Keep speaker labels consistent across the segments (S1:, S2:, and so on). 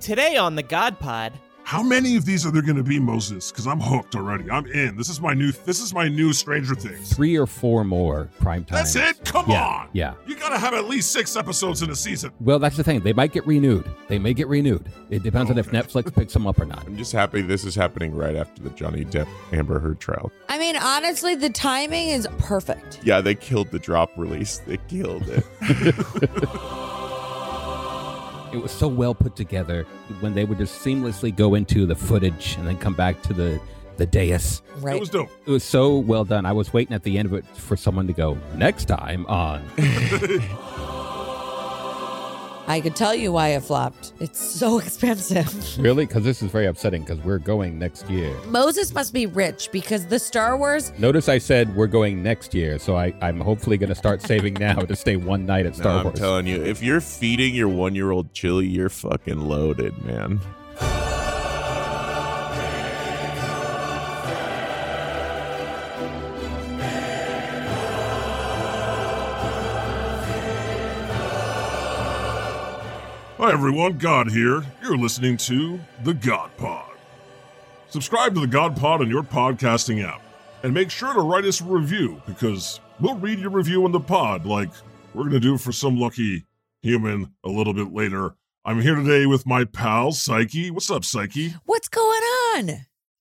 S1: Today on the God Pod,
S2: How many of these are there going to be, Moses? Because I'm hooked already. I'm in. This is my new. This is my new Stranger Things.
S3: Three or four more prime time.
S2: That's it. Come
S3: Yeah,
S2: on.
S3: yeah.
S2: You got to have at least six episodes in a season.
S3: Well, that's the thing. They might get renewed. They may get renewed. It depends on if
S2: Okay.
S3: Netflix picks them up or not.
S4: I'm just happy this is happening right after the Johnny Depp Amber Heard trial.
S5: I mean, honestly, the timing is perfect.
S4: Yeah, they killed the drop release. They killed it.
S3: It was so well put together when they would just seamlessly go into the footage and then come back to the the dais.
S2: It
S5: Right.
S2: was dope.
S3: It was so well done. I was waiting at the end of it for someone to go next time on.
S5: I could tell you why it flopped. It's so expensive.
S3: really? Because this is very upsetting. Because we're going next year.
S5: Moses must be rich because the Star Wars.
S3: Notice I said we're going next year, so I, I'm hopefully going to start saving now to stay one night at Star
S4: No, I'm
S3: Wars.
S4: telling you, if you're feeding your one year old chili, you're fucking loaded, man.
S2: Hi everyone, God here. You're listening to the God Pod. Subscribe to the God Pod on your podcasting app, and make sure to write us a review because we'll read your review on the pod, like we're gonna do for some lucky human a little bit later. I'm here today with my pal Psyche. What's up, Psyche?
S5: What's going on?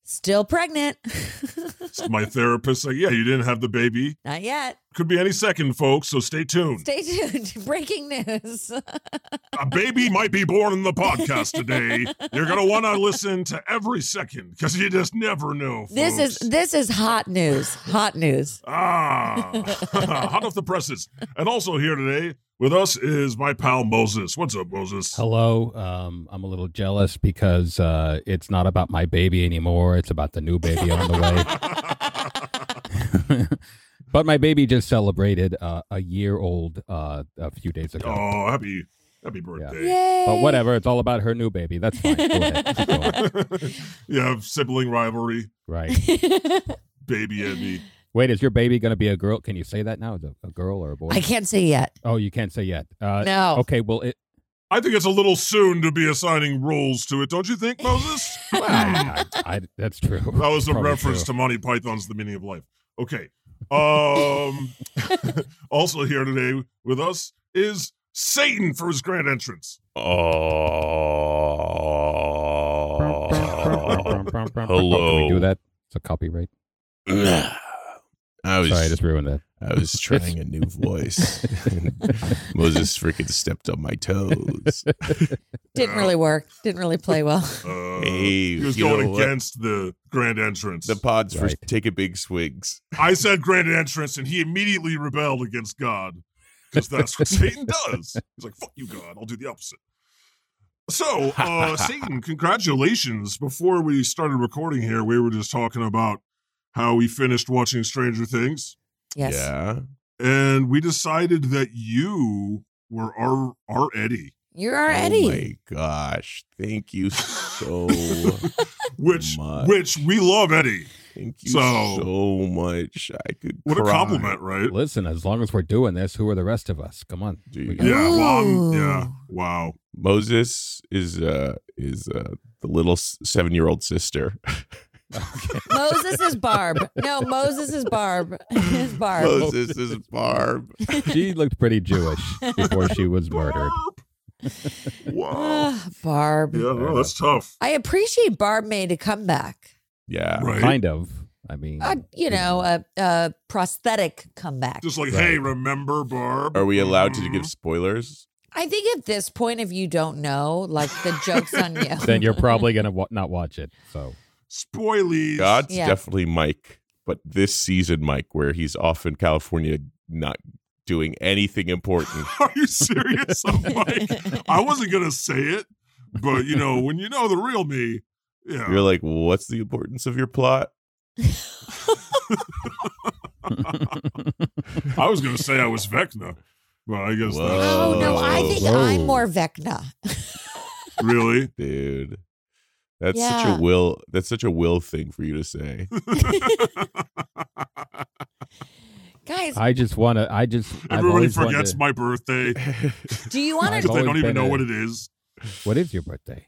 S5: Still pregnant.
S2: It's my therapist. Like, yeah, you didn't have the baby.
S5: Not yet.
S2: Could be any second, folks. So stay tuned.
S5: Stay tuned. Breaking news.
S2: a baby might be born in the podcast today. You're gonna want to listen to every second because you just never know.
S5: this is
S2: folks.
S5: this is hot news. Hot news.
S2: ah hot off the presses. And also here today with us is my pal Moses. What's up, Moses?
S3: Hello. Um, I'm a little jealous because uh, it's not about my baby anymore. It's about the new baby on the way. but my baby just celebrated uh, a year old uh, a few days ago.
S2: Oh, happy happy birthday.
S5: Yay.
S3: But whatever. It's all about her new baby. That's fine. Go ahead. Keep going.
S2: you have sibling rivalry,
S3: Right.
S2: baby envy.
S3: Wait, is your baby going to be a girl? Can you say that now? Is it a girl or a boy?
S5: I can't say yet.
S3: Oh, you can't say yet. Uh,
S5: No.
S3: Okay. Well, it,
S2: I think it's a little soon to be assigning roles to it, don't you think, Moses?
S3: well, I, I, I- that's true.
S2: That was a
S3: Probably
S2: reference
S3: true.
S2: to Monty Python's The Meaning of Life. Okay. Um also here today with us is Satan for his grand entrance.
S4: Oh.
S3: Can we
S4: Hello.
S3: do that? It's a copyright.
S4: I was
S3: Sorry, I just ruined that.
S4: I was trying a new voice. Moses freaking stepped on my toes.
S5: Didn't really work. Didn't really play well.
S2: Uh,
S4: Hey,
S2: he was
S4: you know
S2: going
S4: what?
S2: against the grand entrance.
S4: The pods for
S3: Right.
S4: take a big swigs.
S2: I said grand entrance and he immediately rebelled against God because that's what Satan does. He's like, fuck you, God. I'll do the opposite. So, uh, Satan, congratulations. Before we started recording here, we were just talking about how we finished watching Stranger Things.
S5: Yes.
S4: Yeah.
S2: and we decided that you were our our Eddie,
S5: You're our Eddie.
S4: Oh my gosh. Thank you so
S2: which
S4: much.
S2: which we love Eddie.
S4: Thank you
S2: So-
S4: so, much. I could
S2: What
S4: cry.
S2: a compliment, right?
S3: Listen, as long as we're doing this, who are the rest of us? Come on.
S4: Dude.
S3: We got-
S2: Yeah, well, I'm-
S5: Ooh.
S2: yeah, wow.
S4: Moses is uh is uh the little s- seven year old sister.
S5: Moses is Barb. No, Moses is Barb. Is Barb.
S4: Moses is Barb.
S3: She looked pretty Jewish before she was murdered.
S2: wow.
S5: Ah, Barb.
S2: Yeah, no, that's tough.
S5: I appreciate Barb made a comeback.
S4: Yeah.
S2: Right.
S3: Uh, Kind of. I mean,
S5: Uh, you know, a, a prosthetic comeback.
S2: Just like,
S3: Right.
S2: hey, remember Barb?
S4: Are we allowed to
S2: Mhm.
S4: give spoilers?
S5: I think at this point, if you don't know, like the joke's on you.
S3: then you're probably going to wa- not watch it. So,
S2: Mm-hmm. spoilies?
S4: God's
S5: Yeah.
S4: definitely Mike, but this season Mike, where he's off in California not doing anything important.
S2: Are you serious? I'm like, I wasn't gonna say it, but you know, when you know the real me, yeah.
S4: You're like, what's the importance of your plot?
S2: I was gonna say I was Vecna, but I guess
S4: Whoa.
S2: that's
S5: Oh, no, I think
S3: Whoa.
S5: I'm more Vecna.
S2: really.
S4: Dude. That's
S5: Yeah.
S4: such a will that's such a will thing for you to say.
S5: Guys,
S3: I just want to, I just, I've
S2: Everybody
S3: always
S2: forgets
S3: wanted-
S2: my birthday
S5: do you want
S3: I've
S5: to?
S2: because they don't even
S3: always been
S2: know
S3: a-
S2: what it is.
S3: What is your birthday?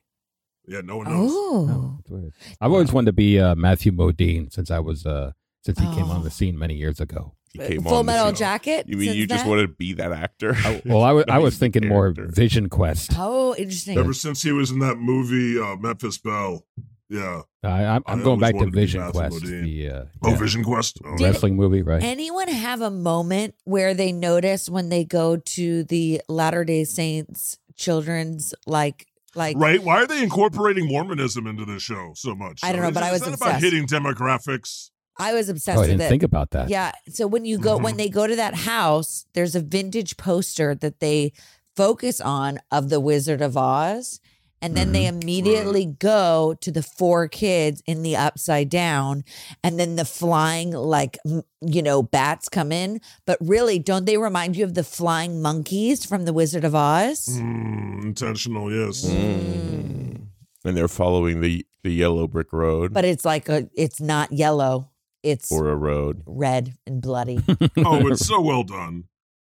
S2: Yeah, no one knows.
S3: No,
S5: Oh.
S3: it's weird. I've always wanted to be uh, Matthew Modine since I was uh, since he came on
S5: Oh.
S3: the scene many years ago.
S4: He came
S5: Full
S4: on the
S5: metal
S4: show.
S5: jacket.
S4: You mean
S5: since
S4: you just
S5: that?
S4: wanted to be that actor?
S3: I- well, I was I
S4: Nice
S3: was thinking more
S4: character.
S3: Vision Quest.
S5: Oh, interesting.
S2: Ever since he was in that movie, uh, Memphis Belle. Yeah.
S5: Oh.
S3: I, I'm, I'm
S2: I
S3: going
S2: always
S3: back to
S2: wanted to be
S3: Vision
S2: Matthew
S3: Quest,
S2: Modine.
S3: the uh,
S2: Oh,
S3: yeah,
S2: Vision Quest. Oh,
S5: Did-
S3: wrestling movie, right?
S5: Anyone have a moment where they notice when they go to the Latter Day Saints children's like like
S2: Right? Why are they incorporating Mormonism into this show so much?
S5: I don't know,
S2: Is
S5: but
S2: it-
S5: I
S2: is
S5: was
S2: that about
S5: obsessed.
S2: hitting demographics.
S5: I was obsessed
S3: oh, I
S5: with
S3: didn't
S5: it.
S3: think about that.
S5: Yeah. So when you go when
S2: Mhm.
S5: they go to that house, there's a vintage poster that they focus on of the Wizard of Oz. And then
S2: Mm-hmm.
S5: they immediately go to the four kids in the upside down, and then the flying like m- you know bats come in. But really, don't they remind you of the flying monkeys from the Wizard of Oz?
S2: Mm, intentional, yes.
S5: Mm.
S4: And they're following the the yellow brick road
S5: But it's like a, it's not yellow, it's
S4: or a road.
S5: red and bloody.
S2: oh, it's so well done.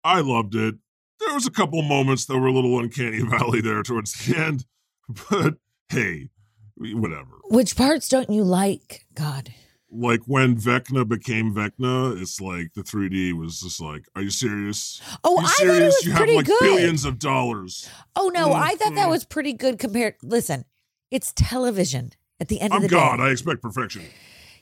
S2: I loved it. There was a couple moments that were a little uncanny valley there towards the end, but hey, whatever.
S5: Which parts don't you like? God.
S2: Like when Vecna became Vecna, it's like the 3D was just like, are you serious?
S5: Oh,
S2: you
S5: I
S2: serious?
S5: thought it was
S2: you have
S5: pretty
S2: like
S5: good.
S2: billions of dollars.
S5: Oh no, I thought that
S3: Mm-hmm.
S2: Mhm.
S5: was pretty good compared. Listen, it's television. At the end of
S2: I'm
S5: the
S2: God.
S5: day,
S2: I expect perfection.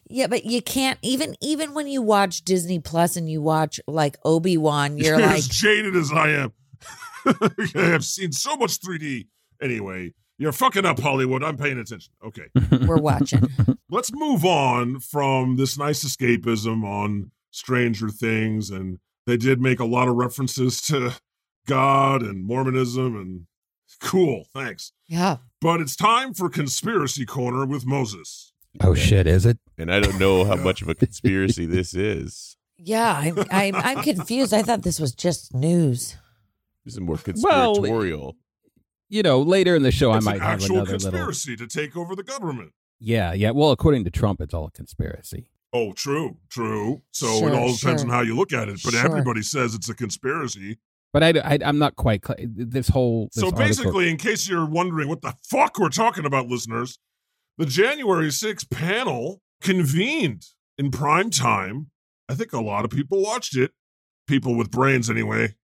S5: yeah, but you can't even even when you watch Disney Plus and you watch like Obi Wan, you're like,
S2: as jaded as I am. I have seen so much 3D. Anyway, you're fucking up Hollywood. I'm paying attention. Okay.
S5: we're watching.
S2: Let's move on from this nice escapism on Stranger Things. And they did make a lot of references to God and Mormonism and cool. Thanks.
S5: Yeah,
S2: But it's time for Conspiracy Corner with Moses.
S3: Oh shit, is it?
S4: And I don't know how much of a conspiracy this is.
S5: yeah, I'm I'm, I'm confused. I thought this was just news.
S4: This is more
S3: Well,
S4: conspiratorial.
S3: You know, later in the show,
S2: it's
S3: I might
S2: an
S3: have
S2: actual
S3: another little.
S2: conspiracy to take over the government.
S3: Yeah, yeah. Well, according to Trump, it's all a conspiracy.
S2: Oh, true, true. So
S5: Sure,
S2: it all depends on
S5: sure.
S2: how you look at it. But
S5: Sure.
S2: everybody says it's a conspiracy.
S3: But I, I, am not quite. cl- This whole. This
S2: so
S3: article-
S2: basically, in case you're wondering what the fuck we're talking about, listeners, the January 6th panel convened in prime time. I think a lot of people watched it, people with brains anyway.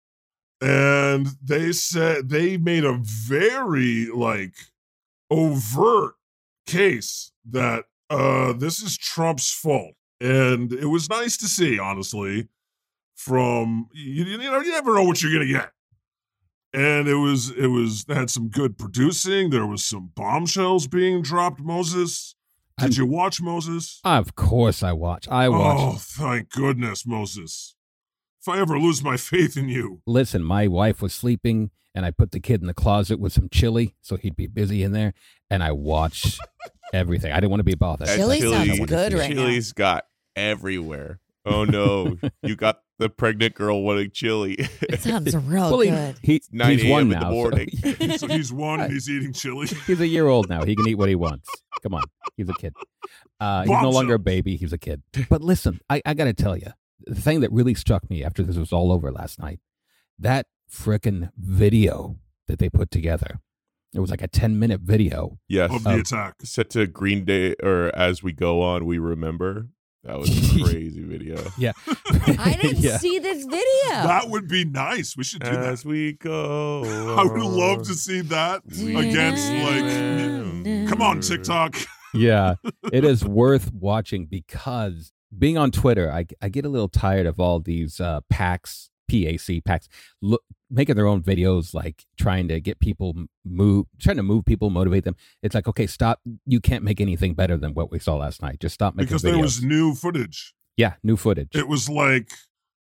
S2: And they said they made a very like overt case that uh this is Trump's fault. And it was nice to see, honestly, from you, you know, you never know what you're gonna get and it was it was they had some good producing there was some bombshells being dropped moses did
S3: I'm-
S2: you watch moses
S3: of course, I watch. I watch.
S2: oh thank goodness moses if i ever lose my faith in you
S3: listen, my wife was sleeping and I put the kid in the closet with some chili so he'd be busy in there and I watched everything. I didn't want to be bothered.
S4: That
S5: Chili
S4: chili-
S5: sounds good right now.
S4: Chili's got everywhere. Oh no, you got the pregnant girl wanting chili.
S5: It sounds real
S3: Well, he-
S5: Oh, good.
S3: he-
S4: 9
S3: he's one
S4: a.m. in the
S3: now. so-
S4: morning.
S2: so he's one and he's eating chili
S3: he's a year old now. He can eat what he wants. Come on. He's a kid. Uh, he's no
S2: Bombshell.
S3: longer a baby. He's a kid. But listen, I, I got to tell you, the thing that really struck me after this was all over last night, that frickin' video that they put together. It was like a 10 minute video.
S4: yes, uh,
S2: of the
S3: Um,
S2: attack
S4: set to Green Day or As We Go On, We Remember. That was a crazy video.
S5: I didn't
S3: Yeah.
S5: see this video.
S2: that would be nice we should do
S4: As
S2: that
S4: we go,
S2: i would love to see that against like come on
S3: Mm.
S2: tiktok
S3: yeah, it is worth watching because being on Twitter, I, I get a little tired of all these uh, packs, PAC packs, look, making their own videos, like trying to get people m- move, trying to move people, motivate them. It's like, okay, stop. You can't make anything better than what we saw last night. Just stop making
S2: because
S3: videos.
S2: there was new footage
S3: yeah, new footage.
S2: it was like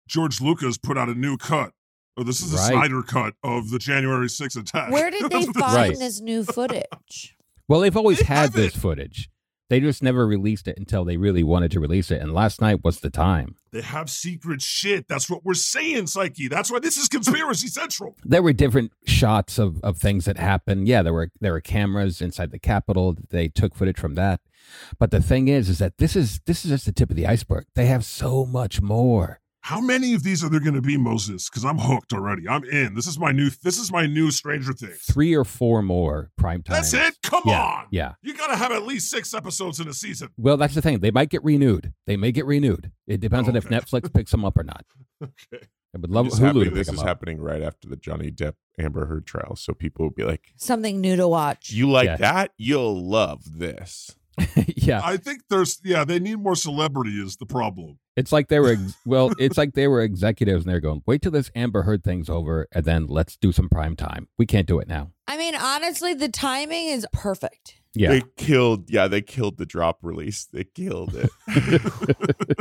S2: george lucas put out a new cut Oh, this is the
S3: Right.
S2: Snyder cut of the January 6th attack.
S5: Where did
S2: That's
S5: they
S2: what
S5: find
S3: Right.
S5: this new footage?
S3: Well, they've always
S2: They
S3: had
S2: have
S3: this
S2: it.
S3: footage. They just never released it until they really wanted to release it. And last night was the time.
S2: They have secret shit. That's what we're saying, Psyche. That's why this is Conspiracy Central.
S3: there were different shots of, of things that happened. Yeah, there were there were cameras inside the Capitol. They took footage from that. But the thing is, is that this is this is just the tip of the iceberg. They have so much more.
S2: How many of these are there going to be, Moses? Because I'm hooked already. I'm in. This is my new. This is my new Stranger Things.
S3: Three or four more prime time.
S2: That's it. Come
S3: yeah,
S2: on.
S3: Yeah.
S2: You got to have at least six episodes in a season.
S3: Well, that's the thing. They might get renewed. They may get renewed. It depends on if
S2: Okay.
S3: Netflix picks them up or not.
S2: Okay.
S3: I would love
S4: Just
S3: Hulu
S4: happy
S3: to pick
S4: this
S3: them
S4: is
S3: up.
S4: happening right after the Johnny Depp Amber Heard trial, so people will be like,
S5: Something new to watch.
S4: "You like
S3: Yeah.
S4: that? You'll love this."
S3: yeah,
S2: I think there's. Yeah, they need more celebrity. Is the problem?
S3: it's like they were. Ex- well, it's like they were executives, and they're going, "Wait till this Amber Heard thing's over, and then let's do some prime time. We can't do it now."
S5: I mean, honestly, the timing is perfect.
S3: Yeah,
S4: They killed. Yeah, they killed the drop release. They killed it.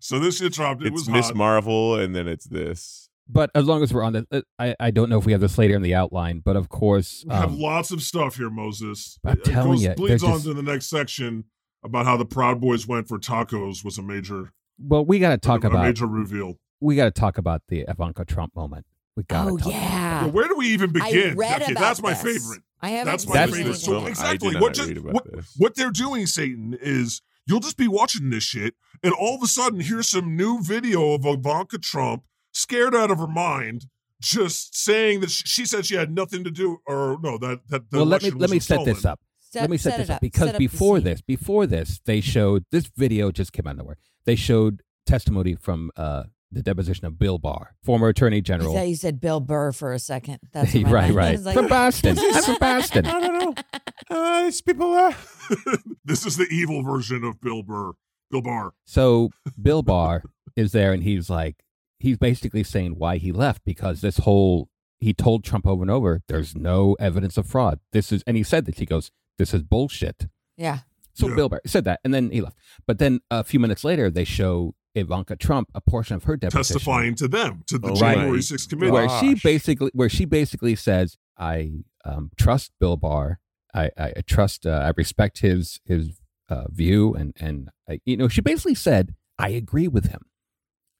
S2: So this shit dropped. It
S4: it's
S2: was
S4: Miss
S2: hot.
S4: Marvel, and then it's this.
S3: but as long as we're on the, uh, I, I don't know if we have this later in the outline, but of course,
S2: We have
S3: um,
S2: lots of stuff here, Moses.
S3: I'm telling
S2: goes,
S3: ya, they're
S2: bleeds on
S3: just-
S2: to the next section about how the Proud Boys went for tacos was a major
S3: well, we got to talk
S2: a
S3: about
S2: major reveal.
S3: we got to talk about the Ivanka Trump moment. We got to
S5: oh
S3: talk.
S5: yeah.
S4: Ah.
S2: Yeah, where do we even begin?
S5: I read
S2: okay,
S5: about
S2: that's my
S5: this.
S2: favorite.
S5: I haven't
S2: That's my
S5: seen
S3: That's
S5: it.
S2: favorite.
S4: this
S2: So
S4: film. I did
S2: exactly,
S4: not
S2: what just-
S4: read about
S2: what-
S4: this.
S2: What they're doing, Satan, is you'll just be watching this shit, and all of a sudden, here's some new video of Ivanka Trump scared out of her mind, just saying that she, she said she had nothing to do, or no, that that the
S3: Well, let me
S2: election
S3: let me
S2: was
S3: set this
S2: stolen.
S3: up. let me set,
S5: it
S3: this up,
S5: Set
S3: because
S5: up the
S3: before
S5: scene.
S3: this, before this, they showed this video just came out of nowhere. They showed testimony from uh, the deposition of Bill Barr, former Attorney
S5: I
S3: General.
S5: thought you said Bill Burr for a second. That's what my
S3: right,
S5: mind- I
S3: right.
S5: was like,
S3: from Boston. I'm from Boston.
S4: I don't know. Uh, these people are.
S2: this is the evil version of Bill Burr. Bill Barr.
S3: So Bill Barr is there, and he's like, he's basically saying why he left because this whole he told Trump over and over, there's no evidence of fraud. This is, and he said this. He goes, this is bullshit.
S5: yeah.
S3: So
S2: Yeah.
S3: Bill Barr said that, and then he left. But then a few minutes later, they show Ivanka Trump a portion of her deposition.
S2: testifying to them to the
S4: Oh
S3: my
S2: January 6th committee.
S3: where she
S4: Gosh.
S3: basically where she basically says i um, trust bill barr i i, I trust uh, i respect his his uh, view and and I, you know she basically said i agree with him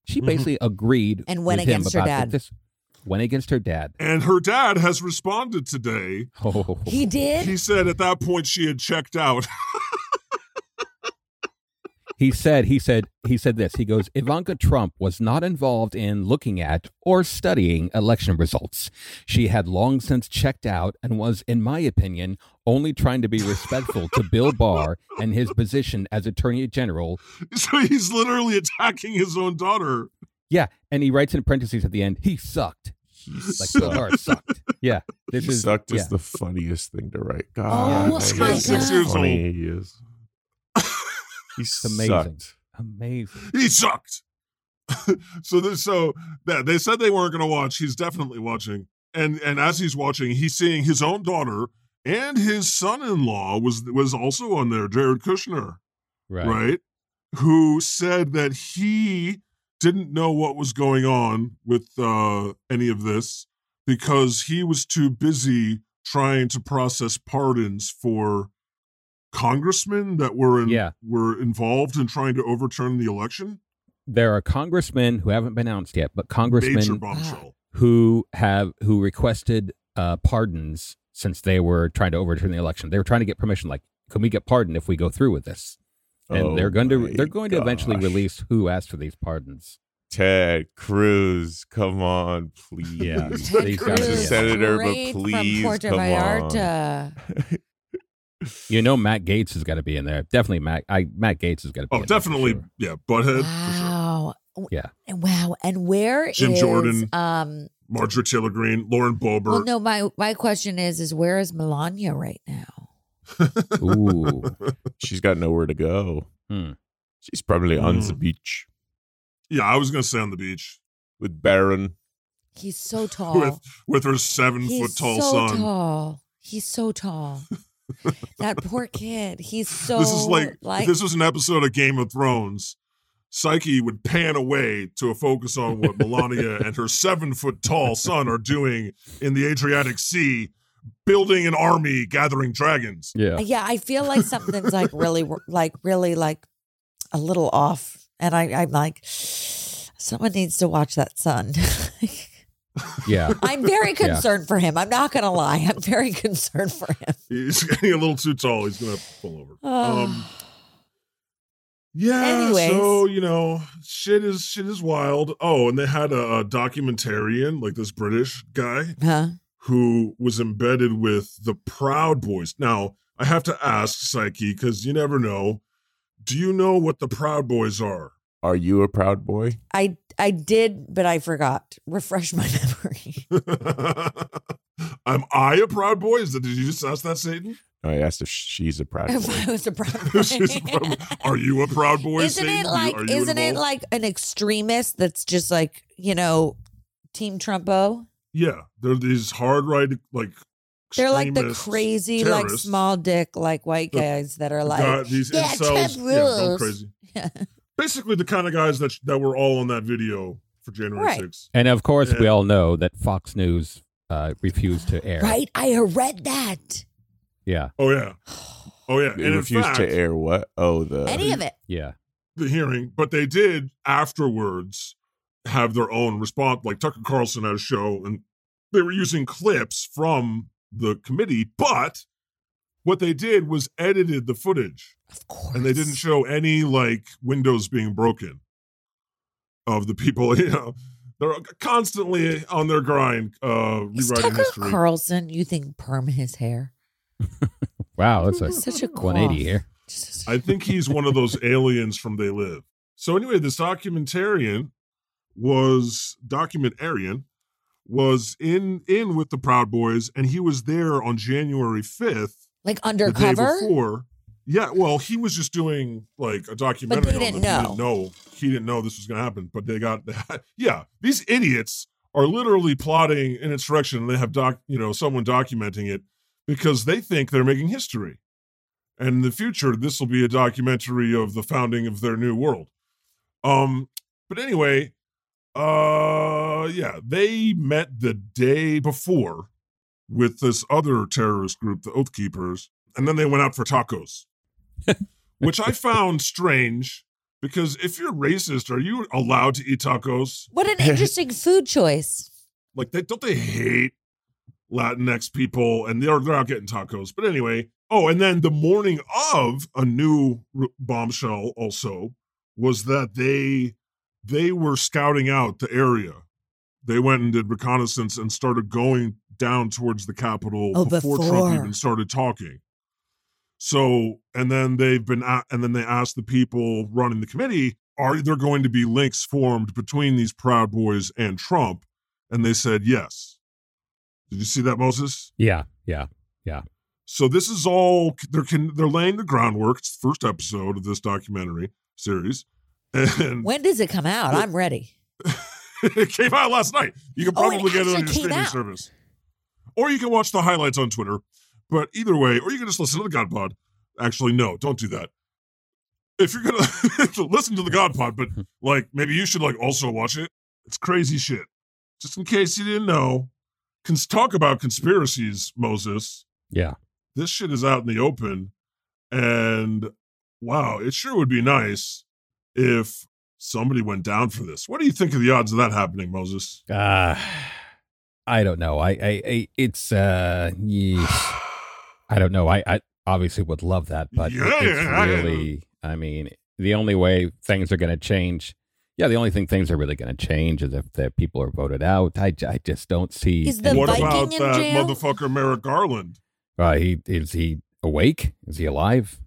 S3: she
S2: Mhm.
S3: basically agreed
S5: And went
S3: with him
S5: against her
S3: about the-
S5: dad.
S3: this went against her dad
S2: And her dad has responded today.
S3: oh
S5: He did.
S2: He said at that point she had checked out.
S3: he said he said he said this he goes ivanka trump was not involved in looking at or studying election results she had long since checked out and was in my opinion only trying to be respectful to bill barr and his position as attorney general
S2: so he's literally attacking his own daughter.
S3: yeah and he writes in parentheses at the end he sucked like bill barr sucked yeah this
S4: he
S3: is
S4: sucked
S3: yeah.
S4: is the funniest thing to write.
S5: Oh,
S4: God,
S5: my
S4: he's
S5: God.
S4: so
S5: Six
S2: years
S4: funny
S2: old.
S4: He is. He's
S3: amazing.
S4: Sucked.
S3: amazing
S2: He sucked. so this, so that they said they weren't going to watch. He's definitely watching. And and as he's watching, he's seeing his own daughter and his son-in-law was was also on there, Jared Kushner.
S3: right,
S2: right. Who said that he didn't know what was going on with uh, any of this because he was too busy trying to process pardons for congressmen that were in,
S3: Yeah.
S2: were involved in trying to overturn the election.
S3: there are congressmen who haven't been announced yet but
S2: Major
S3: congressmen Ah.
S2: bombshell.
S3: who have who requested uh, pardons since they were trying to overturn the election. They were trying to get permission, like, can we get pardoned if we go through with this? And
S4: Oh
S3: they're going to
S4: my
S3: they're going to eventually
S4: gosh.
S3: release who asked for these pardons.
S4: Ted Cruz. Come on, please.
S3: Yeah.
S5: Ted
S3: These
S5: Cruz,
S3: guys are-
S4: Senator, but
S5: straight
S4: please,
S5: from Puerto
S4: come
S5: Vallarta.
S3: You know, Matt Gates has got to be in there. Definitely, Matt. I Matt Gates has got to be.
S2: Oh,
S3: in there for
S2: definitely,
S3: sure.
S2: yeah, butthead.
S5: Ah.
S2: for sure.
S5: Wow.
S3: Yeah.
S5: And Wow. And where
S2: Jim
S5: is,
S2: Jordan.
S5: Um.
S2: Marjorie Taylor Greene, Lauren Boebert.
S5: Well, no. My my question is is where is Melania right now?
S3: Ooh,
S4: She's got nowhere to go.
S3: Hmm.
S4: She's probably on the
S2: Mm.
S4: beach
S2: Yeah, I was gonna say on the beach
S4: with Baron.
S5: He's so tall.
S2: with her seven
S5: He's
S2: foot tall
S5: so
S2: son.
S5: tall. He's so tall. that poor kid. He's so
S2: this is like, if this was an episode of Game of Thrones. Psyche would pan away to a focus on what Melania and her seven foot tall son are doing in the Adriatic Sea, building an army, gathering dragons.
S3: yeah.
S5: yeah i feel like something's like really like really like a little off and I, i'm like someone needs to watch that son
S3: Yeah.
S5: i'm very concerned for him i'm not gonna lie i'm very concerned for him
S2: He's getting a little too tall. He's going to fall over. Um, Yeah.
S5: Anyways.
S2: So you know, shit is shit is wild. Oh, and they had a, a documentarian, like this British guy,
S5: Huh?
S2: who was embedded with the Proud Boys. Now, I have to ask Psyche because you never know. Do you know what the Proud Boys are?
S4: Are you a proud boy?
S5: I I did, but I forgot. Refresh my memory.
S2: Am I a Proud Boy? Is that, did you just ask that, Satan?
S4: I asked if she's a proud boy.
S5: if I was a proud boy.
S2: She's a Proud Boy. Are you a Proud Boy?
S5: isn't
S2: Satan?
S5: it
S2: You-
S5: like
S2: are you
S5: isn't it
S2: involved?
S5: like an extremist that's just like you know team trumpo
S2: Yeah, they're these hard right like.
S5: they're like the
S2: extremists,
S5: crazy like
S2: terrorists
S5: small dick like white
S2: The-
S5: guys that are
S2: who
S5: like
S2: got these
S5: yeah,
S2: incels,
S5: Trump
S2: yeah, going
S5: rules.
S2: crazy.
S5: Yeah.
S2: Basically, the kind of guys that that were all on that video for January
S5: Right.
S2: 6th.
S3: And of course,
S2: Yeah.
S3: we all know that Fox News uh, refused to air.
S5: right i read that
S3: Yeah.
S2: Oh yeah, oh yeah.
S4: They
S2: and in
S4: refused
S2: fact,
S4: to air what? Oh, the
S5: any of it
S3: Yeah.
S2: the hearing, but they did afterwards have their own response. Like Tucker Carlson had a show, and they were using clips from the committee, but what they did was edited the footage.
S5: of course
S2: and they didn't show any like windows being broken of the people you know they're constantly on their grind uh
S5: is
S2: rewriting
S5: tucker
S2: history
S5: carlson you think perm his hair
S3: Wow. That's a
S5: such a quaff.
S3: 180 here.
S5: Just-
S2: i think he's one of those aliens from they live so anyway this documentarian was documentarian was in in with the proud boys and he was there on january 5th
S5: like
S2: the day
S5: undercover
S2: before yeah well he was just doing like a documentary
S5: But they
S2: on
S5: didn't
S2: them. he
S5: know.
S2: didn't know he didn't know this was gonna happen but they got yeah these idiots are literally plotting an insurrection and they have doc you know someone documenting it because they think they're making history and in the future this will be a documentary of the founding of their new world um but anyway uh yeah they met the day before with this other terrorist group the oath keepers and then they went out for tacos which i found strange because if you're racist are you allowed to eat tacos
S5: what an interesting food choice
S2: like they don't they hate Latinx people and they're they're out getting tacos. But anyway, oh, and then the morning of a new r- bombshell also was that they they were scouting out the area. They went and did reconnaissance and started going down towards the Capitol
S5: Oh,
S2: before,
S5: before.
S2: Trump even started talking. So, and then they've been, a- and then they asked the people running the committee, are there going to be links formed between these Proud Boys and Trump? And they said yes. Did you see that, Moses?
S3: Yeah. Yeah.
S2: So this is all they're can, they're laying the groundwork. It's the first episode of this documentary series, and
S5: when does it come out i'm ready
S2: it came out last night. You can
S5: Oh, it
S2: probably get it on
S5: actually
S2: your
S5: came
S2: streaming
S5: out.
S2: service, or you can watch the highlights on Twitter. But either way, or you can just listen to the God Pod. Actually, no, don't do that. If you're gonna listen to the God Pod, but
S5: Hmm.
S2: like maybe you should like also watch it. It's crazy shit. Just in case you didn't know, cons- talk about conspiracies, Moses.
S3: Yeah.
S2: this shit is out in the open and wow it sure would be nice if somebody went down for this what do you think of the odds of that happening moses
S3: Uh, I don't know. I, I, I it's, uh, yeesh. I don't know. I, I obviously would love that, but it-
S2: Yeah.
S3: it's really, I mean, the only way things are going to change. Yeah, the only thing things are really going to change is if the people are voted out. I, j- I just don't see.
S5: Is the
S3: any-
S2: what
S5: Viking
S2: about
S5: in
S2: that
S5: jail?
S2: motherfucker merrick garland
S3: Uh, he is he awake? Is he alive?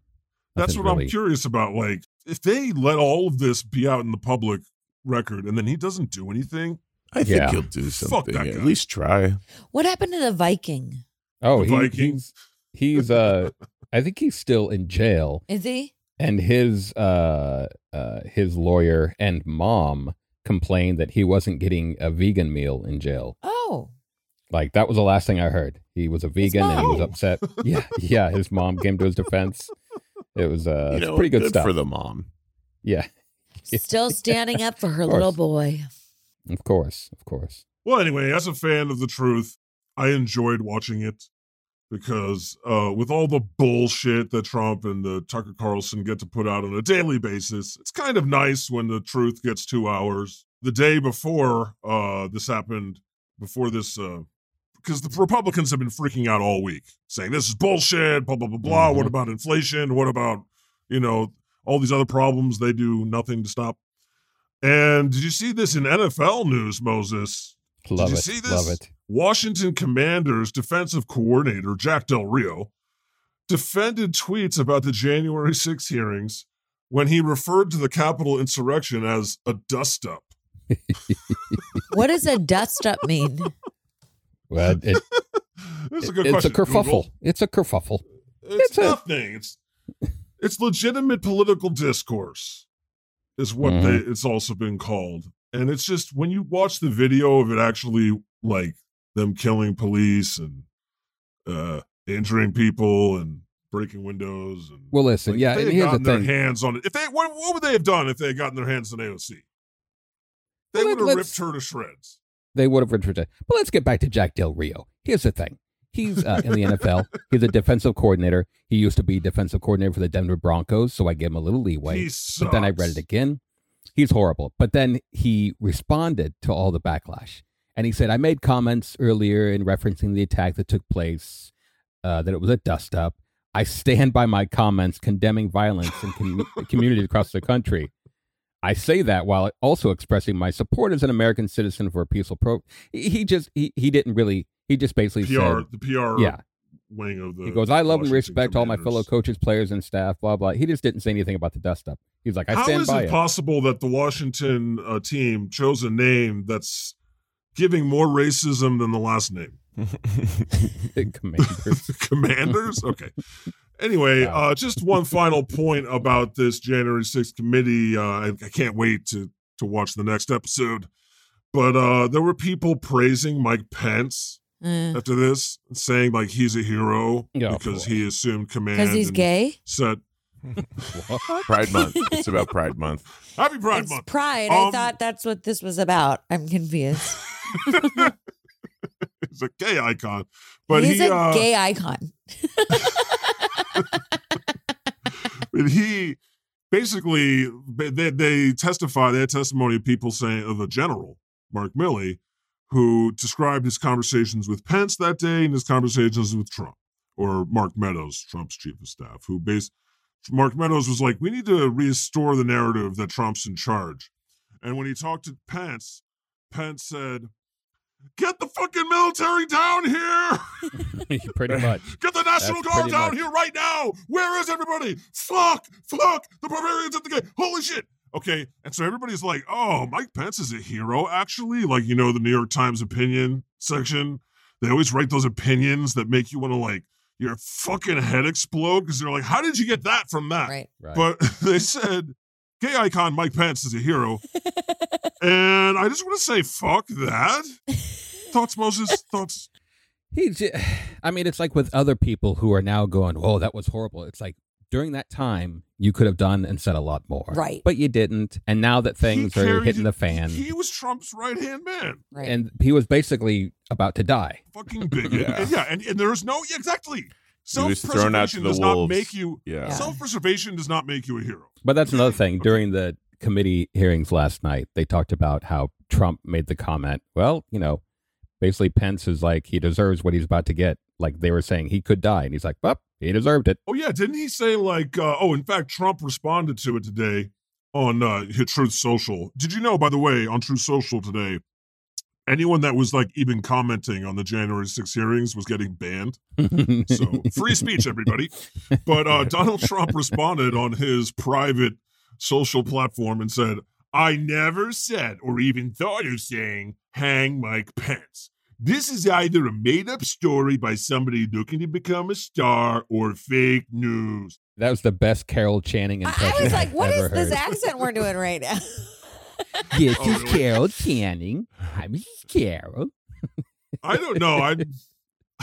S2: that's
S3: Nothing
S2: what
S3: really-
S2: i'm curious about like if they let all of this be out in the public record and then he doesn't do anything
S4: I think
S3: Yeah.
S4: he'll do
S2: Fuck
S4: something.
S2: that
S4: At
S2: guy.
S4: least try.
S5: what happened to the viking
S3: Oh,
S2: The
S3: he,
S2: Viking.
S3: he's he's uh, I think he's still in jail,
S5: is he
S3: and his uh, uh, his lawyer and mom complained that he wasn't getting a vegan meal in jail.
S5: oh
S3: Like that was the last thing I heard. He was a vegan and he was
S2: mom.
S3: upset. Yeah, yeah. His mom came to his defense. It was uh,
S4: you
S3: it's
S4: know,
S3: pretty good,
S4: good,
S3: stuff
S4: for the mom.
S3: Yeah,
S5: Still standing up for her
S3: Of
S5: little
S3: course.
S5: boy.
S3: of course, of course.
S2: well anyway as a fan of the truth i enjoyed watching it because uh, with all the bullshit that Trump and the Tucker Carlson get to put out on a daily basis, it's kind of nice when the truth gets two hours. The day before uh, this happened, before this, uh, because the Republicans have been freaking out all week, saying this is bullshit, blah blah blah blah. What
S3: Mhm.
S2: about inflation? What about you know all these other problems, they do nothing to stop. And did you see this in NFL news, Moses?
S3: Love
S2: you
S3: it.
S2: see
S3: Love
S2: this?
S3: it.
S2: Washington Commanders defensive coordinator Jack Del Rio defended tweets about the January 6 hearings when he referred to the Capitol insurrection as a dust up.
S5: What does a dust up mean?
S3: Well, it,
S2: That's a
S3: it-
S2: good
S3: it's
S2: question.
S3: a kerfuffle.
S2: Google.
S3: It's a kerfuffle.
S2: It's,
S3: It's a-
S2: nothing. It's it's legitimate political discourse is what
S3: Mhm.
S2: they it's also been called. And it's just when you watch the video of it actually like them killing police and uh injuring people and breaking windows and
S3: Well, listen,
S2: Like,
S3: yeah,
S2: if they
S3: and
S2: had
S3: here's the
S2: gotten
S3: thing.
S2: their hands on it. If they what, what would they have done if they had gotten their hands on AOC? They
S3: Well,
S2: would have
S3: let's-
S2: ripped her to shreds.
S3: they would have returned. it. But let's get back to Jack Del Rio. Here's the thing. He's uh, in the NFL. He's a defensive coordinator. He used to be defensive coordinator for the Denver Broncos, so I gave him a little leeway.
S2: He
S3: but then I read it
S2: sucks.
S3: again. He's horrible. But then he responded to all the backlash. And he said, I made comments earlier in referencing the attack that took place, uh, that it was a dust up. I stand by my comments condemning violence in com- communities across the country. I say that while also expressing my support as an American citizen for a peaceful pro. He he just, he, he didn't really, he just basically
S2: PR the PR
S3: said, yeah,
S2: wing of the
S3: he goes, I love and
S2: Washington
S3: respect all my
S2: Commanders."
S3: fellow coaches, players, and staff, blah, blah. He just didn't say anything about the dust up. He's like, I
S2: How
S3: stand
S2: is
S3: by
S2: it
S3: it.
S2: possible that the Washington uh, team chose a name that's giving more racism than the last name?
S3: Commanders.
S2: Commanders? Okay. Anyway,
S3: Wow.
S2: uh, just one final point about this January 6th committee. Uh, I, I can't wait to, to watch the next episode. But uh, there were people praising Mike Pence
S5: Because
S2: after this, saying like he's a hero
S3: Yeah, of
S2: because
S3: course.
S2: he assumed command.
S5: he's
S2: and
S5: gay?
S2: Said,
S4: Pride Month. It's about Pride Month.
S2: Happy Pride
S5: it's
S2: Month.
S5: pride.
S2: Um,
S5: I thought that's what this was about. I'm confused.
S2: he's a gay icon. But
S5: He's
S2: he,
S5: a
S2: uh,
S5: gay icon.
S2: but he basically they they testify they had testimony of people saying of a general mark milley who described his conversations with pence that day and his conversations with trump or mark meadows trump's chief of staff who based mark meadows was like we need to restore the narrative that trump's in charge and when he talked to pence pence said get the fucking military down here
S3: Pretty much.
S2: Get the National
S3: That's
S2: Guard
S3: pretty
S2: down
S3: much-
S2: here right now! Where is everybody? Fuck! Fuck! The barbarians at the gate! Holy shit! Okay, and so everybody's like, oh, Mike Pence is a hero, actually. Like, you know, the New York Times opinion section. They always write those opinions that make you want to, like, your fucking head explode because they're like, how did you get that from that?
S5: Right.
S3: Right.
S2: But they said gay icon Mike Pence is a hero. and I just want to say, fuck that. Thoughts, Moses? Thoughts?
S3: he, j- I mean, it's like with other people who are now going, "Oh, that was horrible." It's like during that time you could have done and said a lot more,
S5: Right.
S3: But you didn't, and now that things
S2: He
S3: are
S2: carried
S3: hitting
S2: it-
S3: the fan,
S2: He was Trump's right hand man.
S5: Right.
S3: and he was basically about to die.
S2: Fucking bigot.
S4: Yeah.
S2: And yeah, and, and there's no yeah, exactly.
S4: was
S2: Self
S4: thrown out to
S2: preservation
S4: the
S2: does not
S4: wolves.
S2: make you
S4: Yeah.
S5: Yeah.
S2: self preservation does not make you a hero.
S3: But that's another thing. During the committee hearings last night, they talked about how Trump made the comment, "Well, you know, basically Pence is like he deserves what he's about to get." Like they were saying he could die, and he's like, "Well, he deserved it."
S2: Oh yeah, didn't he say like uh, oh in fact Trump responded to it today on uh his Truth Social. Did you know by the way on Truth Social today anyone that was like even commenting on the January 6 hearings was getting banned. So free speech, everybody. But uh, Donald Trump responded on his private social platform and said, I never said or even thought of saying, hang Mike Pence. This is either a made up story by somebody looking to become a star or fake news.
S3: That was the best Carol Channing
S5: I,
S3: impression
S5: I was like,
S3: I've
S5: what
S3: ever
S5: is this
S3: heard.
S5: accent we're doing right now?
S3: This
S2: Oh,
S3: is
S2: really?
S3: Carol Channing. I'm Carol.
S2: I don't know. I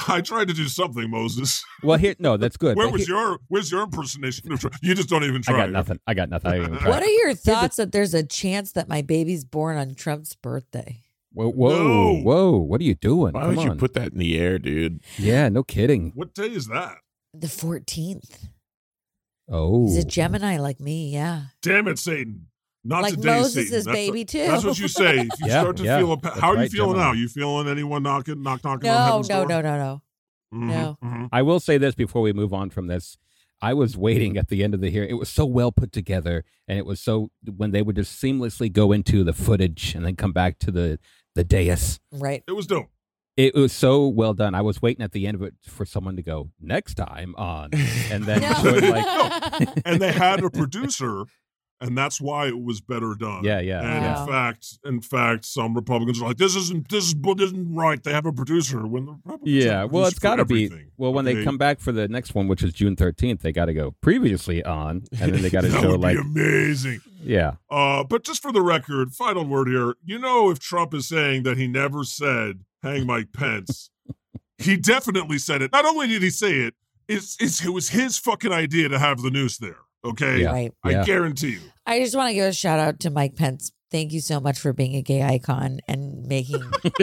S2: I tried to do something, Moses.
S3: Well, here, no, that's good.
S2: Where
S3: but
S2: was
S3: here-
S2: your where's your impersonation of Trump? You just don't even try.
S3: I got nothing. I got nothing. I didn't even try.
S5: what are your thoughts that there's a chance that my baby's born on Trump's birthday?
S3: Whoa, whoa,
S2: No.
S3: whoa! What are you doing?
S4: Why
S3: Come
S4: would you
S3: on.
S4: put that in the air, dude?
S3: Yeah, no kidding.
S2: What day is that?
S5: The 14th.
S3: Oh,
S5: He's a Gemini like me. Yeah.
S2: Damn it, Satan. Not
S5: like
S2: today,
S5: Moses'
S2: Satan. That's
S5: baby, too.
S2: That's what you say. If you
S3: Yeah,
S2: start to
S3: yeah,
S2: feel a pa-
S3: that's
S2: how are you
S3: right,
S2: feeling
S3: Gemini.
S2: now? You feeling anyone knocking knock knocking on
S5: no,
S2: heaven's
S5: no,
S2: door?
S5: no, no, no.
S2: Mhm,
S5: no.
S2: mhm.
S3: I will say this before we move on from this. I was waiting at the end of the hearing. It was so well put together, and it was so when they would just seamlessly go into the footage and then come back to the the dais.
S5: Right.
S2: It was dope.
S3: It was so well done. I was waiting at the end of it for someone to go next time on, and then
S5: No.
S3: sort of like
S2: And they had a producer, and that's why it was better done.
S3: yeah, yeah,
S2: And
S3: yeah.
S5: Wow.
S2: in fact, in fact, some Republicans are like, "This isn't this is, this isn't right." They have a producer when the Republicans
S3: Yeah,
S2: have a
S3: well,
S2: producer
S3: it's
S2: for
S3: got to be.
S2: everything,
S3: Well, when they
S2: okay?
S3: come back for the next one, which is June thirteenth, they got to go previously on, and then they got to
S2: that
S3: show
S2: would
S3: like,
S2: be amazing.
S3: yeah,
S2: Uh, but just for the record, final word here. You know, if Trump is saying that he never said "hang Mike Pence," he definitely said it. Not only did he say it, it's, it's it was his fucking idea to have the news there. Okay,
S3: Yeah.
S5: Right.
S2: I
S3: Yeah.
S2: guarantee you.
S5: I just want to give a shout out to Mike Pence. Thank you so much for being a gay icon and making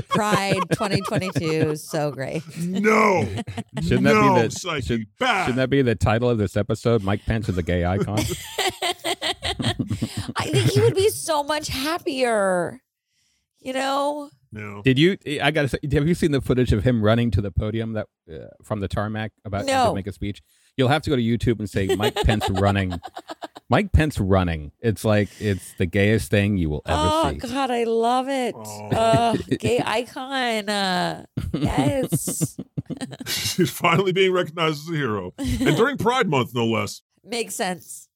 S5: Pride 2022 so great.
S2: No,
S3: Shouldn't that be
S2: no,
S3: the-
S2: psyche,
S3: should-
S2: bad.
S3: shouldn't that be the title of this episode? Mike Pence is a gay icon.
S5: I think he would be so much happier. You know?
S2: no.
S3: Did you? eh, I gotta say, have you seen the footage of him running to the podium that uh, from the tarmac about
S5: No.
S3: to make a speech? You'll have to go to YouTube and say Mike Pence running. Mike Pence running. It's like it's the gayest thing you will ever
S5: Oh
S3: see.
S5: God, I love it.
S2: Oh.
S5: Uh, gay icon. Uh, yes.
S2: He's finally being recognized as a hero. And during Pride Month, no less.
S5: Makes sense.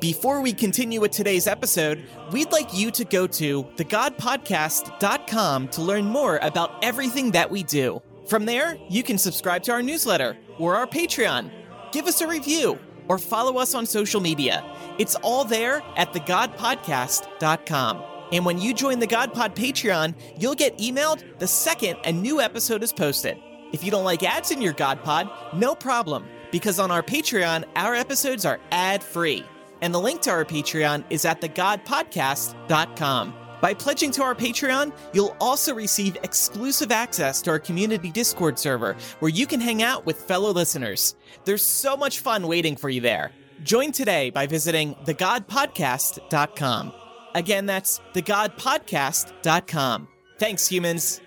S1: Before we continue with today's episode, we'd like you to go to thegodpodcast.com to learn more about everything that we do. From there, you can subscribe to our newsletter or our Patreon, give us a review, or follow us on social media. It's all there at thegodpodcast.com. And when you join the GodPod Patreon, you'll get emailed the second a new episode is posted. If you don't like ads in your GodPod, no problem, because on our Patreon, our episodes are ad free. And the link to our Patreon is at thegodpodcast.com. By pledging to our Patreon, you'll also receive exclusive access to our community Discord server where you can hang out with fellow listeners. There's so much fun waiting for you there. Join today by visiting thegodpodcast.com. Again, that's thegodpodcast.com. Thanks, humans.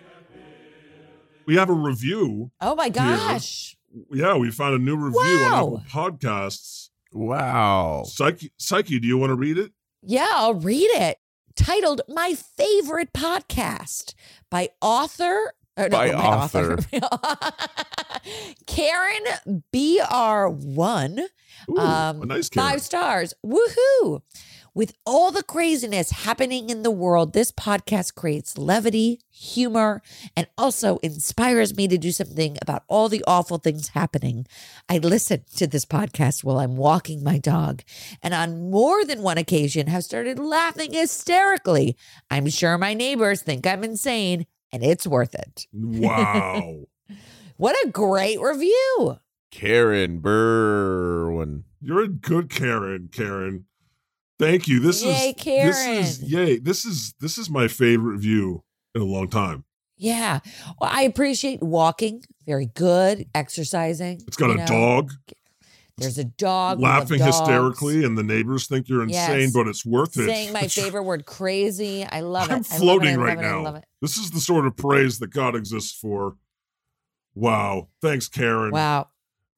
S2: We have a review.
S5: Oh my gosh.
S2: Yeah, we found a new review on
S5: Wow.
S2: Apple Podcasts.
S4: Wow.
S2: Psyche, Psyche, do you want to read it?
S5: Yeah, I'll read it. Titled My Favorite Podcast by author. Or
S4: By
S5: Karen BR1.
S2: Ooh,
S5: Um,
S2: a nice
S5: Five stars. Woohoo! With all the craziness happening in the world, this podcast creates levity, humor, and also inspires me to do something about all the awful things happening. I listen to this podcast while I'm walking my dog, and on more than one occasion have started laughing hysterically. I'm sure my neighbors think I'm insane, and it's worth it.
S2: Wow.
S5: What a great review!
S4: Karen Berwin.
S2: You're a good Karen, Karen. Thank you. This
S5: Yay,
S2: is this is
S5: Karen.
S2: yay. This is this is my favorite review in a long time.
S5: Yeah. Well, I appreciate walking. Very good. Exercising.
S2: It's got
S5: you
S2: a
S5: know.
S2: dog
S5: There's a dog. We love
S2: laughing
S5: dogs.
S2: hysterically, and the neighbors think you're insane,
S5: Yes.
S2: but it's worth it.
S5: Saying my favorite word, crazy. I love
S2: I'm
S5: it. I love
S2: floating
S5: it. I love
S2: right
S5: it.
S2: now.
S5: I love it.
S2: This is the sort of praise that God exists for. Wow. Thanks, Karen.
S5: Wow.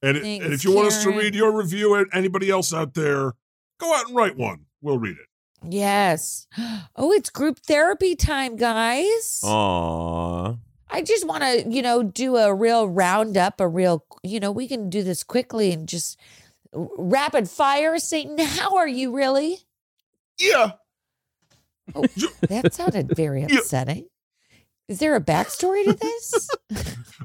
S2: And, it-
S5: Thanks,
S2: and if you want us to
S5: Karen.
S2: read your review and anybody else out there, go out and write one. We'll read it.
S5: Yes. Oh, it's group therapy time, guys.
S4: Aw.
S5: I just want to, you know, do a real roundup, a real, you know, we can do this quickly and just rapid fire. Satan, how are you really? Oh,
S2: Yeah.
S5: That sounded very
S2: Yeah.
S5: upsetting. Is there a backstory to this?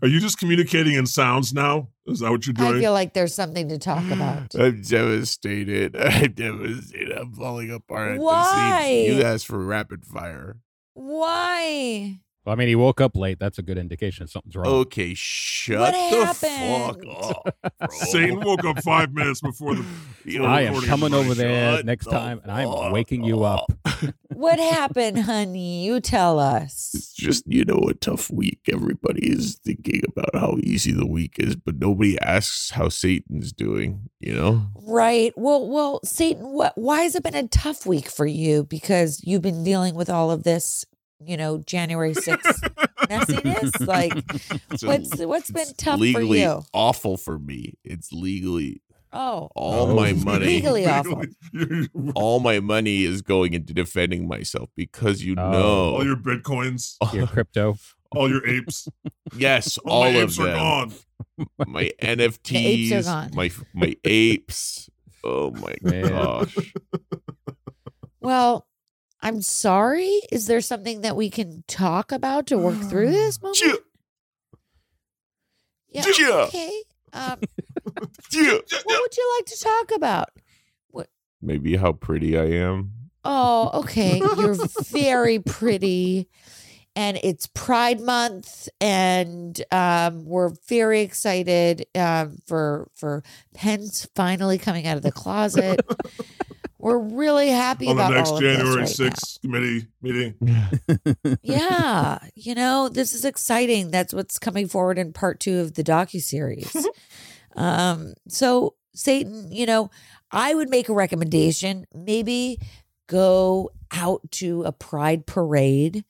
S2: Are you just communicating in sounds now? Is that what you're
S5: I
S2: doing?
S5: feel like there's something to talk about.
S4: I'm devastated. I'm devastated. I'm falling apart. at the
S5: Why?
S4: seams. You asked for rapid fire.
S5: Why?
S3: Well, I mean, he woke up late. That's a good indication something's wrong.
S4: Okay, shut
S5: What
S4: the
S5: happened?
S4: fuck up. bro.
S2: Satan woke up five minutes before the.
S4: You
S2: We're
S3: I am
S2: recording
S3: coming
S2: it.
S3: over there
S4: Shut
S3: next
S4: the
S3: time, and I am
S4: fuck
S3: waking you up.
S5: What happened, honey? You tell
S4: It's
S5: us.
S4: just, you know, a tough week. Everybody is thinking about how easy the week is, but nobody asks how Satan's doing, you know?
S5: Right. Well, well, Satan, what why has it been a tough week for you because you've been dealing with all of this you know, January 6th messiness? Like,
S4: It's a-
S5: what's what's
S4: it's
S5: been tough for
S4: legally
S5: you?
S4: awful for me. It's legally
S5: Oh,
S4: all
S3: Oh.
S4: my money.
S5: Legally awful.
S4: all my money is going into defending myself because you
S3: Oh.
S2: all
S4: know
S2: your bitcoins,
S3: Your crypto.
S2: all your apes,
S4: yes
S2: all,
S4: all
S2: my
S4: of
S2: apes are
S4: them
S2: gone.
S4: my
S5: apes are gone.
S4: NFTs my my apes oh my
S3: Man.
S4: gosh
S5: well, I'm sorry. Is there something that we can talk about to work through this moment?
S4: Yeah,
S5: Yeah.
S4: yeah,
S5: Okay. Um,
S4: yeah.
S5: what would you like to talk about?
S4: maybe how pretty I am
S5: Oh, okay. You're very pretty. And it's Pride Month, and um, we're very excited um, for for Pence finally coming out of the closet. we're really happy
S2: on the
S5: about
S2: next
S5: all of this
S2: January
S5: right now.
S2: 6th committee meeting.
S5: yeah you know this is exciting that's what's coming forward in part two of the docu-series um so satan you know i would make a recommendation maybe go out to a pride parade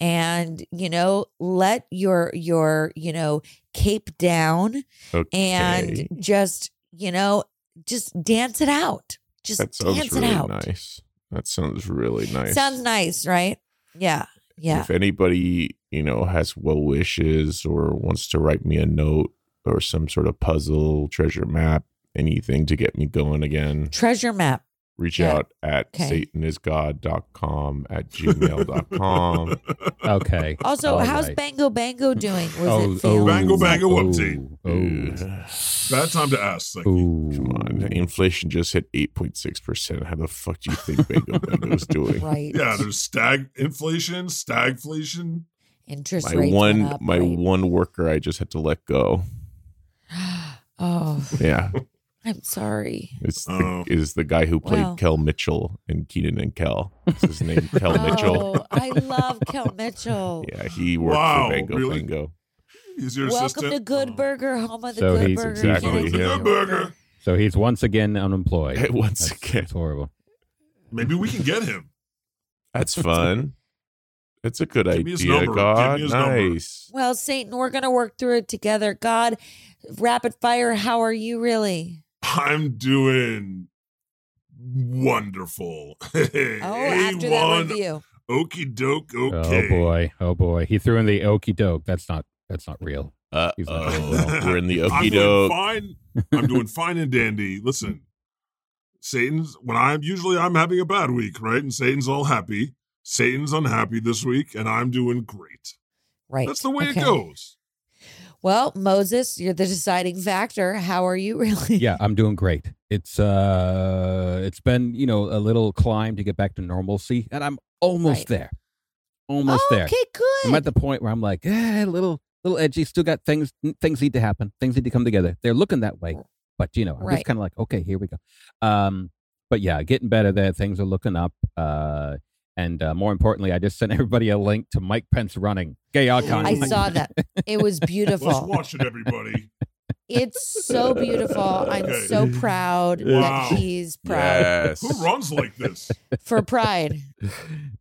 S5: and you know let your your you know cape down
S4: okay.
S5: and just you know just dance it out just
S4: that sounds
S5: dance
S4: really
S5: it out
S4: nice that sounds really nice
S5: sounds nice right yeah yeah
S4: if anybody you know has well wishes or wants to write me a note or some sort of puzzle treasure map anything to get me going again
S5: treasure map
S4: reach
S5: Yeah.
S4: out at
S5: Okay.
S4: satanisgod.com at gmail.com
S3: Okay. All
S5: Also, how's
S3: right.
S5: Bango Bango doing? Was
S3: Oh,
S5: it failing?
S2: Bango Bango
S3: oh,
S2: update.
S3: Oh,
S2: Bad time to ask. Like,
S3: oh.
S4: come on inflation just hit 8.6% how the fuck do you think bango bango's doing
S5: Right.
S2: yeah, there's stag inflation, stagflation.
S5: Interest
S4: my
S5: rates went
S4: one
S5: up,
S4: my
S5: right?
S4: one worker i just had to let go
S5: Oh,
S4: yeah
S5: I'm sorry.
S4: it's the,
S2: Oh.
S4: is the guy who played
S5: Well.
S4: kel mitchell in keenan and kel is his name kel mitchell
S5: Oh, I love Kel Mitchell.
S4: yeah he worked
S2: Wow,
S4: for bango
S2: really?
S4: bango
S2: He's your
S5: Welcome
S2: assistant.
S5: to Good
S2: Oh.
S5: Burger, home of the
S3: So
S5: Good
S3: he's
S5: Burger.
S3: exactly
S2: Welcome
S5: Can't
S2: to
S5: get
S4: him.
S2: Good Burger.
S3: So he's once again unemployed.
S4: once
S3: That's,
S4: again
S3: that's horrible.
S2: Maybe we can get him.
S4: That's fun. That's a good
S2: Give me his
S4: idea,
S2: number.
S4: God.
S2: Give me his number.
S4: Nice.
S5: Well, Satan, we're gonna work through it together. God, rapid fire. How are you really?
S2: I'm doing wonderful. oh,
S5: Oh, after that review.
S2: Okie doke. Okay.
S3: Oh boy. Oh boy. He threw in the okey doke. That's not. That's not real.
S4: Uh
S3: He's not doing
S4: oh.
S3: well.
S4: We're in the
S2: I'm
S4: okie
S2: doing
S4: doke.
S2: fine. I'm doing fine and dandy. Listen, Satan's when I'm usually I'm having a bad week, right? And Satan's all happy. Satan's unhappy this week, and I'm doing great.
S5: Right.
S2: That's the way
S5: Okay.
S2: it goes.
S5: Well, Moses, you're the deciding factor. How are you really?
S3: Yeah, I'm doing great. It's uh, it's been you know a little climb to get back to normalcy, and I'm almost
S5: Right.
S3: there. Almost
S5: oh,
S3: there.
S5: Okay, good.
S3: I'm at the point where I'm like, eh, a little, little edgy. Still got things. Things need to happen. Things need to come together. They're looking that way, but you know, I'm
S5: Right.
S3: just kind of like, okay, here we go. Um, but yeah, getting better there. Things are looking up. Uh, and uh, more importantly, I just sent everybody a link to Mike Pence running. Gay icon.
S5: I saw that. It was
S2: Let's
S5: beautiful.
S2: watch it, everybody.
S5: It's so beautiful. I'm
S2: Okay.
S5: so proud
S2: Wow.
S5: that he's proud
S4: Yes.
S2: Who runs like this?
S5: for pride.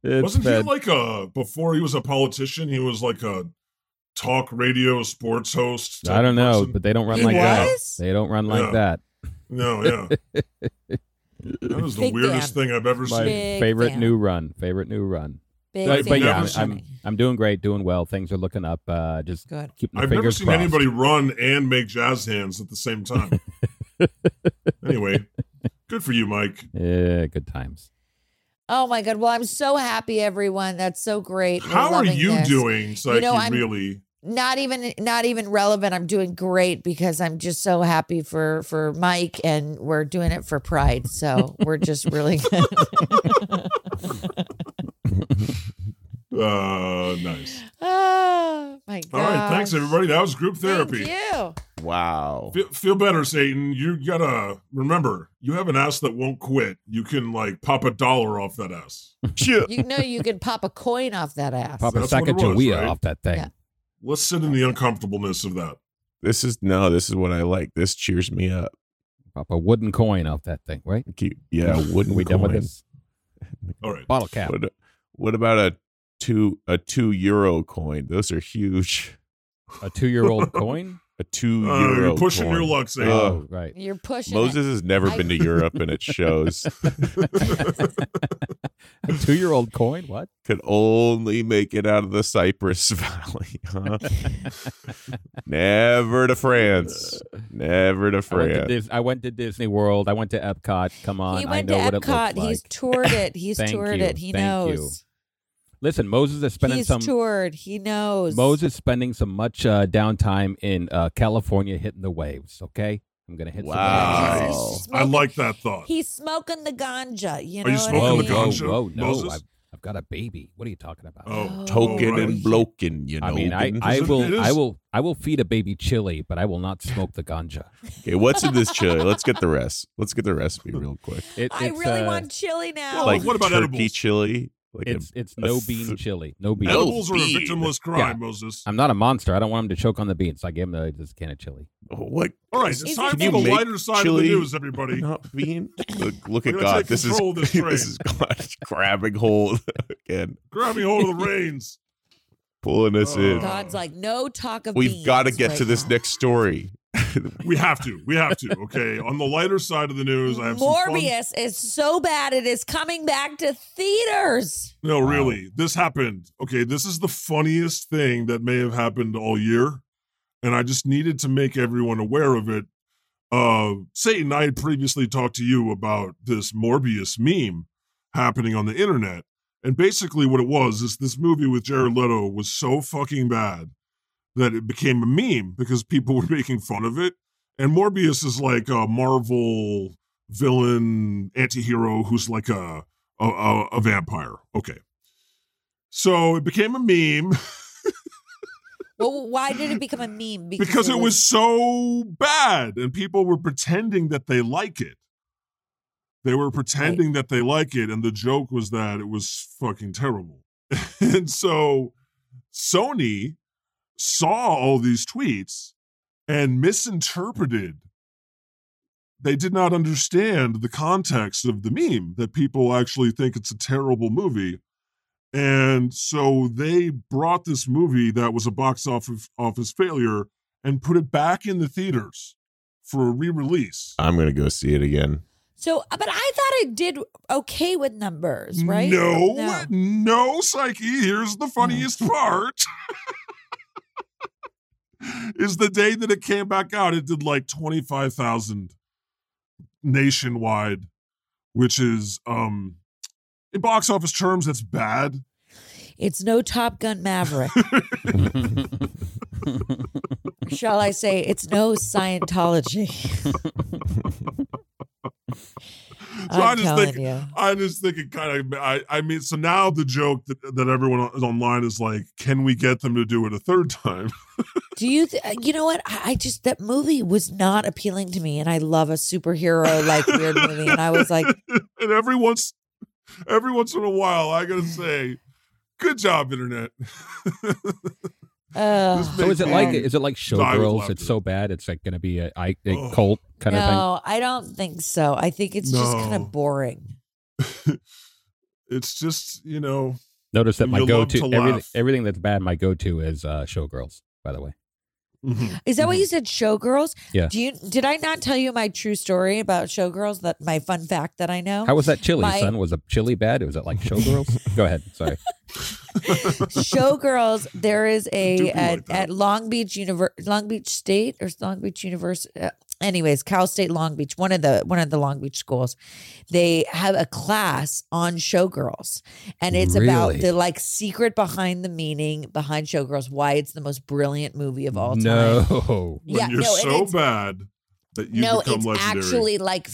S3: It's
S2: Wasn't
S3: been-
S2: he like a before he was a politician? He was like a talk radio sports host. type
S3: I don't know,
S2: person?
S3: but they don't run
S5: He
S3: like that.
S5: was?
S3: They don't run
S2: Yeah.
S3: like that.
S2: no, yeah, that was the
S5: Big
S2: weirdest
S5: fan.
S2: thing I've ever
S3: My
S2: seen.
S5: Big
S3: favorite
S5: fan.
S3: new run. Favorite new run.
S5: Big
S3: But, but
S5: fan
S3: yeah,
S2: Never
S3: I'm, I'm doing great, doing well. Things are looking up. Uh, just
S5: good.
S3: keeping the
S2: I've never
S3: fingers
S2: seen
S3: crossed.
S2: anybody run and make jazz hands at the same time. anyway, good for you, Mike.
S3: Yeah, good times.
S5: Oh my god. Well, I'm so happy, everyone. That's so great. We're
S2: How are
S5: loving
S2: you
S5: this.
S2: doing, Psyche?
S5: You know, I'm-
S2: really?
S5: Not even not even relevant. I'm doing great because I'm just so happy for for Mike and we're doing it for pride. So we're just really good.
S2: Uh, nice.
S5: oh my god.
S2: All right, thanks everybody. That was group therapy.
S5: Thank you.
S4: Wow.
S2: Feel, feel better, Satan. You gotta remember, you have an ass that won't quit. You can like pop a dollar off that ass.
S4: Yeah.
S5: You know you could pop a coin off that ass.
S3: Papa
S2: That's what it was,
S3: Sacagawea
S2: right?
S3: off that thing.
S5: Yeah.
S2: Let's sit in the uncomfortableness of that.
S4: This is no, this is what I like. This cheers me up.
S3: Pop a wooden coin off that thing, right?
S4: Keep, yeah, wouldn't
S3: we done with
S4: coin.
S3: this?
S2: All right.
S3: Bottle cap.
S4: What, what about a two a two euro coin. Those are huge.
S3: A two-year-old coin.
S4: A two
S2: Uh,
S4: euro.
S2: you're pushing
S4: coin.
S2: your luck, Sam.
S4: Oh.
S3: right.
S5: You're pushing it.
S4: Moses has never
S5: I-
S4: been to Europe, and it shows.
S3: A two-year-old coin. What?
S4: Could only make it out of the Cypress Valley. Huh? never to France. Never to
S3: Uh, I went, to
S4: France.
S3: Dis- I went to Disney World. I went to Epcot. Come on,
S5: He
S3: I
S5: went
S3: know
S5: to
S3: what it
S5: Epcot.
S3: looks like.
S5: He's toured it. He's
S3: Thank
S5: toured
S3: you.
S5: it. He
S3: Thank you.
S5: knows.
S3: Listen, Moses is spending
S5: He's
S3: some
S5: toured. He knows.
S3: Moses spending some much uh, downtime in uh, California hitting the waves. Okay, I'm gonna hit.
S4: Wow.
S3: Some
S5: He's- he's
S4: Wow.
S2: I
S5: smoking-
S2: like that thought.
S5: He's smoking the ganja. You
S2: Are
S5: know
S2: you
S5: what I
S3: whoa,
S2: smoking the
S5: mean?
S3: whoa,
S2: ganja,
S3: whoa! No,
S2: Moses?
S3: I've, I've got a baby. What are you talking about?
S2: Oh,
S4: Token
S2: alright.
S4: and bloken, you know.
S3: I mean, I, I
S2: Is it- it
S3: will,
S2: is-
S3: I will, I will feed a baby chili, but I will not smoke the ganja.
S4: okay, what's in this chili? Let's get the rest. Let's get the recipe real quick.
S3: It,
S5: I
S3: it's,
S5: really
S3: uh,
S5: want chili now.
S2: Oh,
S4: like
S2: what about
S4: turkey
S2: edibles?
S4: chili? Like a-
S3: It's it's no
S4: th-
S3: bean chili, no bean.
S4: No.
S2: Edibles are a
S4: bean.
S2: victimless crime, Moses.
S3: I'm not a monster. I don't want him to choke on the beans. So I gave him the, this can of chili.
S2: oh,
S4: what?
S2: All right, it's
S5: Is
S2: time
S5: it-
S2: for
S5: Can
S2: the
S5: you
S4: make
S2: lighter side of the
S4: chili?
S2: news, everybody.
S4: Not bean. Look, look
S2: We're
S4: at
S2: gonna
S4: God.
S2: take
S4: This is
S2: control of this train.
S4: this is God grabbing hold again,
S2: Grabbing hold of the reins.
S4: pulling us in.
S2: God.
S5: God's like, no talk of
S4: We've
S5: beans
S4: got to get
S5: right
S4: to this
S5: now.
S4: next story.
S2: We have to. We have to. Okay. On the lighter side of the news, I have some fun
S5: Morbius is so bad it is coming back to theaters.
S2: No,
S3: Wow.
S2: really. This happened. Okay, this is the funniest thing that may have happened all year. And I just needed to make everyone aware of it. Uh Satan, I had previously talked to you about this Morbius meme happening on the internet. And basically what it was is this movie with Jared Leto was so fucking bad that it became a meme because people were making fun of it. And Morbius is like a Marvel villain anti-hero who's like a a, a, a vampire. Okay. So it became a meme
S5: Well, why did it become a meme?
S2: because it was so bad and people were pretending that they like it. They were pretending that they like it and the joke was that it was fucking terrible. and so Sony saw all these tweets and misinterpreted they did not understand the context of the meme that people actually think it's a terrible movie and so they brought this movie that was a box office office failure and put it back in the theaters for a re-release
S4: I'm gonna go see it again.
S5: so. But I thought it did okay with numbers, right?
S2: no no, psyche here's the funniest part is the day that it came back out it did like 25,000 nationwide which is um in box office terms that's bad
S5: it's no Top Gun Maverick. Shall I say it's no Scientology?
S2: So I
S5: I'm
S2: just
S5: telling
S2: think-
S5: you.
S2: I just think it kind of. I, I mean, so now the joke that, that everyone is online is like, can we get them to do it a third time?
S5: Do you? Th- uh, you know what? I, I just that movie was not appealing to me, and I love a superhero like weird movie, and I was like,
S2: and every once, every once in a while, I gotta say, good job, internet.
S5: oh.
S2: This
S3: so is it
S2: Big
S3: like
S2: man.
S3: is it like
S2: Died with
S3: Showgirls?
S2: laughter.
S3: It's so bad. It's like going to be a, I, a
S2: Ugh.
S3: cult kind of thing.
S5: no, I don't think so. I think it's just kind
S2: No.
S5: of boring.
S2: it's just you know,
S3: Notice that my
S2: You'll love
S3: go-to
S2: to
S3: everything,
S2: laugh.
S3: everything that's bad. My go-to is uh, Showgirls. By the way, Mm-hmm.
S5: Is that what
S2: Mhm.
S5: you said, Showgirls?
S3: Yeah.
S5: Do you? Did I not tell you my true story about Showgirls? That my fun fact that I know.
S3: how was that chili?
S5: Oh, My-
S3: Son, was a chili bad? Was it like Showgirls? Go ahead. Sorry.
S5: Showgirls, there is
S2: Do
S5: a
S2: be
S5: at,
S2: like that.
S5: at Long Beach Univer- Long Beach State or Long Beach University. Uh, anyways, Cal State Long Beach, one of the one of the Long Beach schools, they have a class on Showgirls, and it's about
S3: Really?
S5: the like secret behind the meaning behind Showgirls, why it's the most brilliant movie of all time.
S3: No.
S2: when
S5: Yeah,
S2: you're
S5: no, and
S2: so
S5: it's-
S2: bad that you
S5: no,
S2: become
S5: it's
S2: legendary.
S5: actually like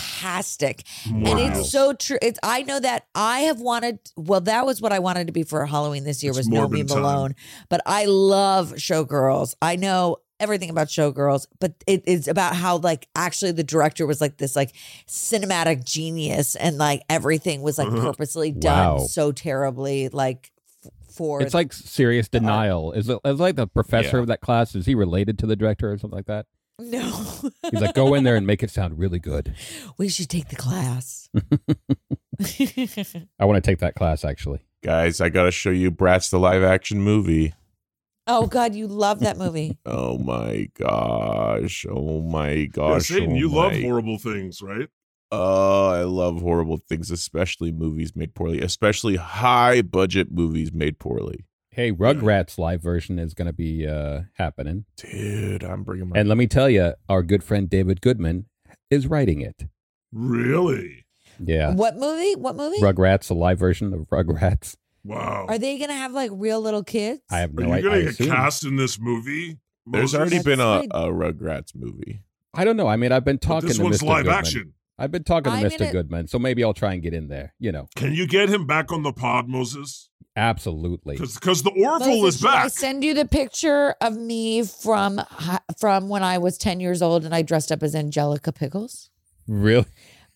S5: fantastic.
S2: Wow.
S5: And it's so true. It's I know that I have wanted. Well, that was what I wanted to be for Halloween this year
S2: It's
S5: was No Me
S2: Morbin time.
S5: Malone. But I love Showgirls. I know everything about Showgirls, but it is about how like actually the director was like this like cinematic genius, and like everything was like
S2: Uh-huh.
S5: purposely done
S3: Wow.
S5: so terribly like f- for
S3: It's like serious denial. Is it, is like the professor
S4: Yeah.
S3: of that class? Is he related to the director or something like that?
S5: no.
S3: He's like, go in there and make it sound really good.
S5: we should take the class.
S3: I want to take that class actually.
S4: guys, I gotta show you Bratz the live action movie.
S5: Oh God, you love that movie.
S4: Oh my gosh! Oh my
S2: Yeah,
S4: gosh!
S2: Satan,
S4: oh
S2: you love
S4: my-
S2: horrible things, right?
S4: Oh, I love horrible things, especially movies made poorly, especially high budget movies made poorly.
S3: Hey, Rugrats live version is going to be uh, happening,
S4: Dude, I'm bringing my
S3: and let me tell you, our good friend David Goodman is writing it.
S2: Really?
S3: Yeah,
S5: What movie? What movie?
S3: Rugrats, a live version of Rugrats.
S2: Wow.
S5: Are they gonna have like real little kids?
S3: Oh. I have
S2: Are
S3: no
S2: you
S3: idea. I,
S2: gonna get
S3: assume-
S2: cast in this movie?
S4: There's
S2: Moses?
S4: already
S5: That's
S4: been a,
S5: my-
S4: a Rugrats movie.
S3: I don't know. I mean, I've been
S2: But
S3: talking
S2: this
S3: to
S2: one's
S3: Mr.
S2: live
S3: Goodman.
S2: action.
S3: I've been talking to
S5: I'm
S3: mister
S5: gonna-
S3: Goodman, so maybe I'll try and get in there. You know,
S2: Can you get him back on the pod, Moses?
S3: absolutely.
S2: Because the Orville
S5: Moses,
S2: is
S5: should I
S2: back.
S5: send you the picture of me from hi- from when I was ten years old and I dressed up as Angelica Pickles.
S3: Really?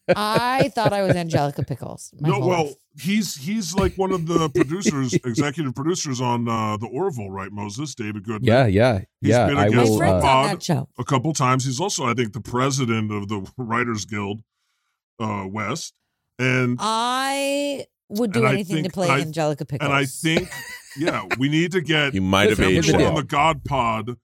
S5: I thought I was Angelica Pickles. my
S2: No,
S5: whole
S2: well,
S5: life.
S2: he's he's like one of the producers, executive producers on uh, the Orville, right, Moses? David Goodman.
S3: Yeah, yeah,
S2: He's
S3: yeah.
S2: been a
S3: I
S2: guest
S5: my
S3: will.
S5: friends
S3: Uh,
S5: on
S2: Bob-
S5: that show.
S2: A couple times. He's also, I think, the president of the Writers Guild uh, West. And
S5: I would do
S2: And I
S5: anything to
S2: think
S5: play
S2: I-
S5: Angelica Pickles.
S2: and I think, yeah, we need to get
S4: He might have
S3: Listen,
S4: aged
S2: him
S3: here's the
S2: on
S4: out.
S2: the God Pod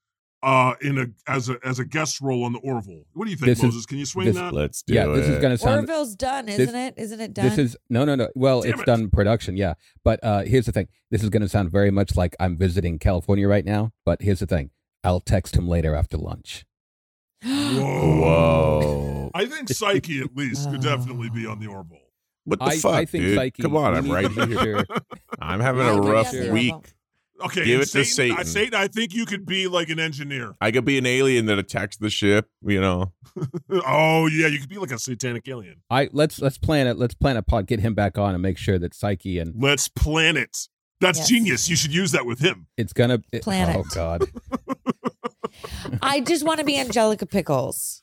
S2: uh, in a as a as a guest role on the Orville. What do you think,
S3: This is-
S2: Moses? Can you swing
S3: this-
S2: that?
S4: Let's do
S3: yeah,
S4: it.
S3: this is going to sound
S5: Orville's done,
S3: this-
S5: isn't it? Isn't it done?
S3: This is no, no, no. Well,
S2: Damn
S3: it's
S2: it.
S3: done production, yeah. But uh, here's the thing. This is going to sound very much like I'm visiting California right now. But here's the thing. I'll text him later after lunch.
S2: Whoa.
S4: Whoa!
S2: I think Psyche at least could definitely be on the Orville.
S4: What the
S3: I,
S4: fuck,
S3: I think
S4: dude?
S3: Psyche,
S4: Come on,
S3: we
S4: I'm
S3: need
S4: right
S3: to
S4: here.
S3: hear-
S4: I'm having
S5: I
S4: a
S5: can
S4: rough
S5: definitely
S4: week.
S5: help him.
S2: Okay,
S4: Give
S2: and
S4: it to
S2: Satan, I,
S4: Satan.
S2: Satan, I think you could be like an engineer.
S4: I could be an alien that attacks the ship. You know,
S2: oh yeah, you could be like a satanic alien.
S3: I let's let's plan it. Let's plan a pod. Get him back on and make sure that Psyche and
S2: Let's plan it. That's
S5: Yes.
S2: genius. You should use that with him.
S3: it's gonna it-
S5: Plan
S3: Oh
S5: it.
S3: God.
S5: I just want to be Angelica Pickles.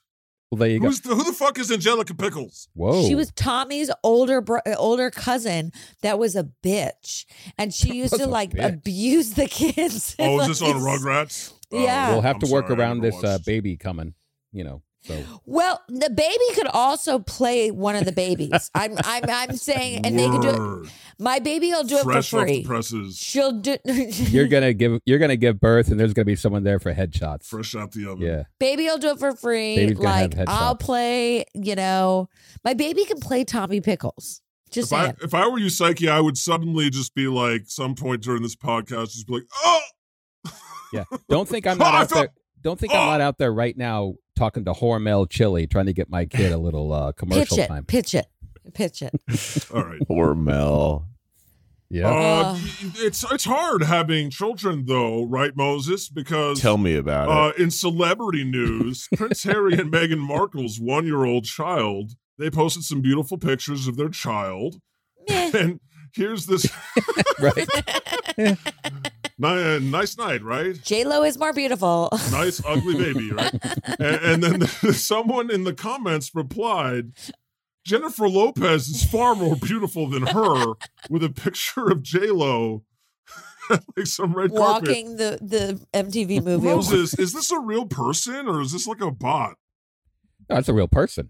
S3: Well, there you go.
S2: Who's the, who the fuck is Angelica Pickles?
S3: Whoa.
S5: She was Tommy's older bro- uh, older cousin that was a bitch, and she used
S3: was
S5: to
S3: a
S5: like
S3: bitch.
S5: abuse the kids. and,
S2: Oh, is
S5: like,
S2: this on
S5: these-
S2: Rugrats? Oh,
S5: Yeah.
S3: We'll have
S2: I'm
S3: to work
S2: sorry, I
S3: around
S2: never
S3: this uh,
S2: watched.
S3: baby coming. You know. So
S5: Well, the baby could also play one of the babies. I'm I'm I'm saying, and they could do it.
S2: Word.
S5: My baby will do it
S2: Fresh
S5: for
S2: off the
S5: free.
S2: presses,
S5: She'll do.
S3: you're gonna give you're gonna give birth, and there's gonna be someone there for headshots.
S2: fresh out the oven.
S3: Yeah.
S5: baby will do it for free.
S3: Baby's gonna have
S5: like I'll
S3: headshots.
S5: play. You know, my baby can play Tommy Pickles. Just
S2: If I,
S5: saying.
S2: if I were you, Psyche, I would suddenly just be like, some point during this podcast, just be like, oh,
S3: Don't think I'm
S2: Oh,
S3: not
S2: I
S3: out
S2: felt-
S3: there. Don't think I'm
S2: Oh.
S3: not out there right now talking to Hormel Chili, trying to get my kid a little uh,
S5: Pitch
S3: commercial
S5: it.
S3: time.
S5: Pitch it. Pitch it.
S2: all right.
S4: or Mel.
S3: Yeah.
S2: Uh,
S5: Ugh.
S2: y- it's it's hard having children, though, right, Moses? Because
S4: Tell me about
S2: uh, in celebrity news, Prince Harry and Meghan Markle's one-year-old child, they posted some beautiful pictures of their child,
S5: Meh.
S2: and here's this
S3: right.
S2: ni- uh, nice night, right?
S5: J Lo is more beautiful.
S2: Nice ugly baby, right? And, and then someone in the comments replied. Jennifer Lopez is far more beautiful than her, with a picture of J Lo, like some red carpet.
S5: Walking the the MTV movie. award.
S2: Moses, is this a real person or is this like a bot?
S3: No, that's a real person.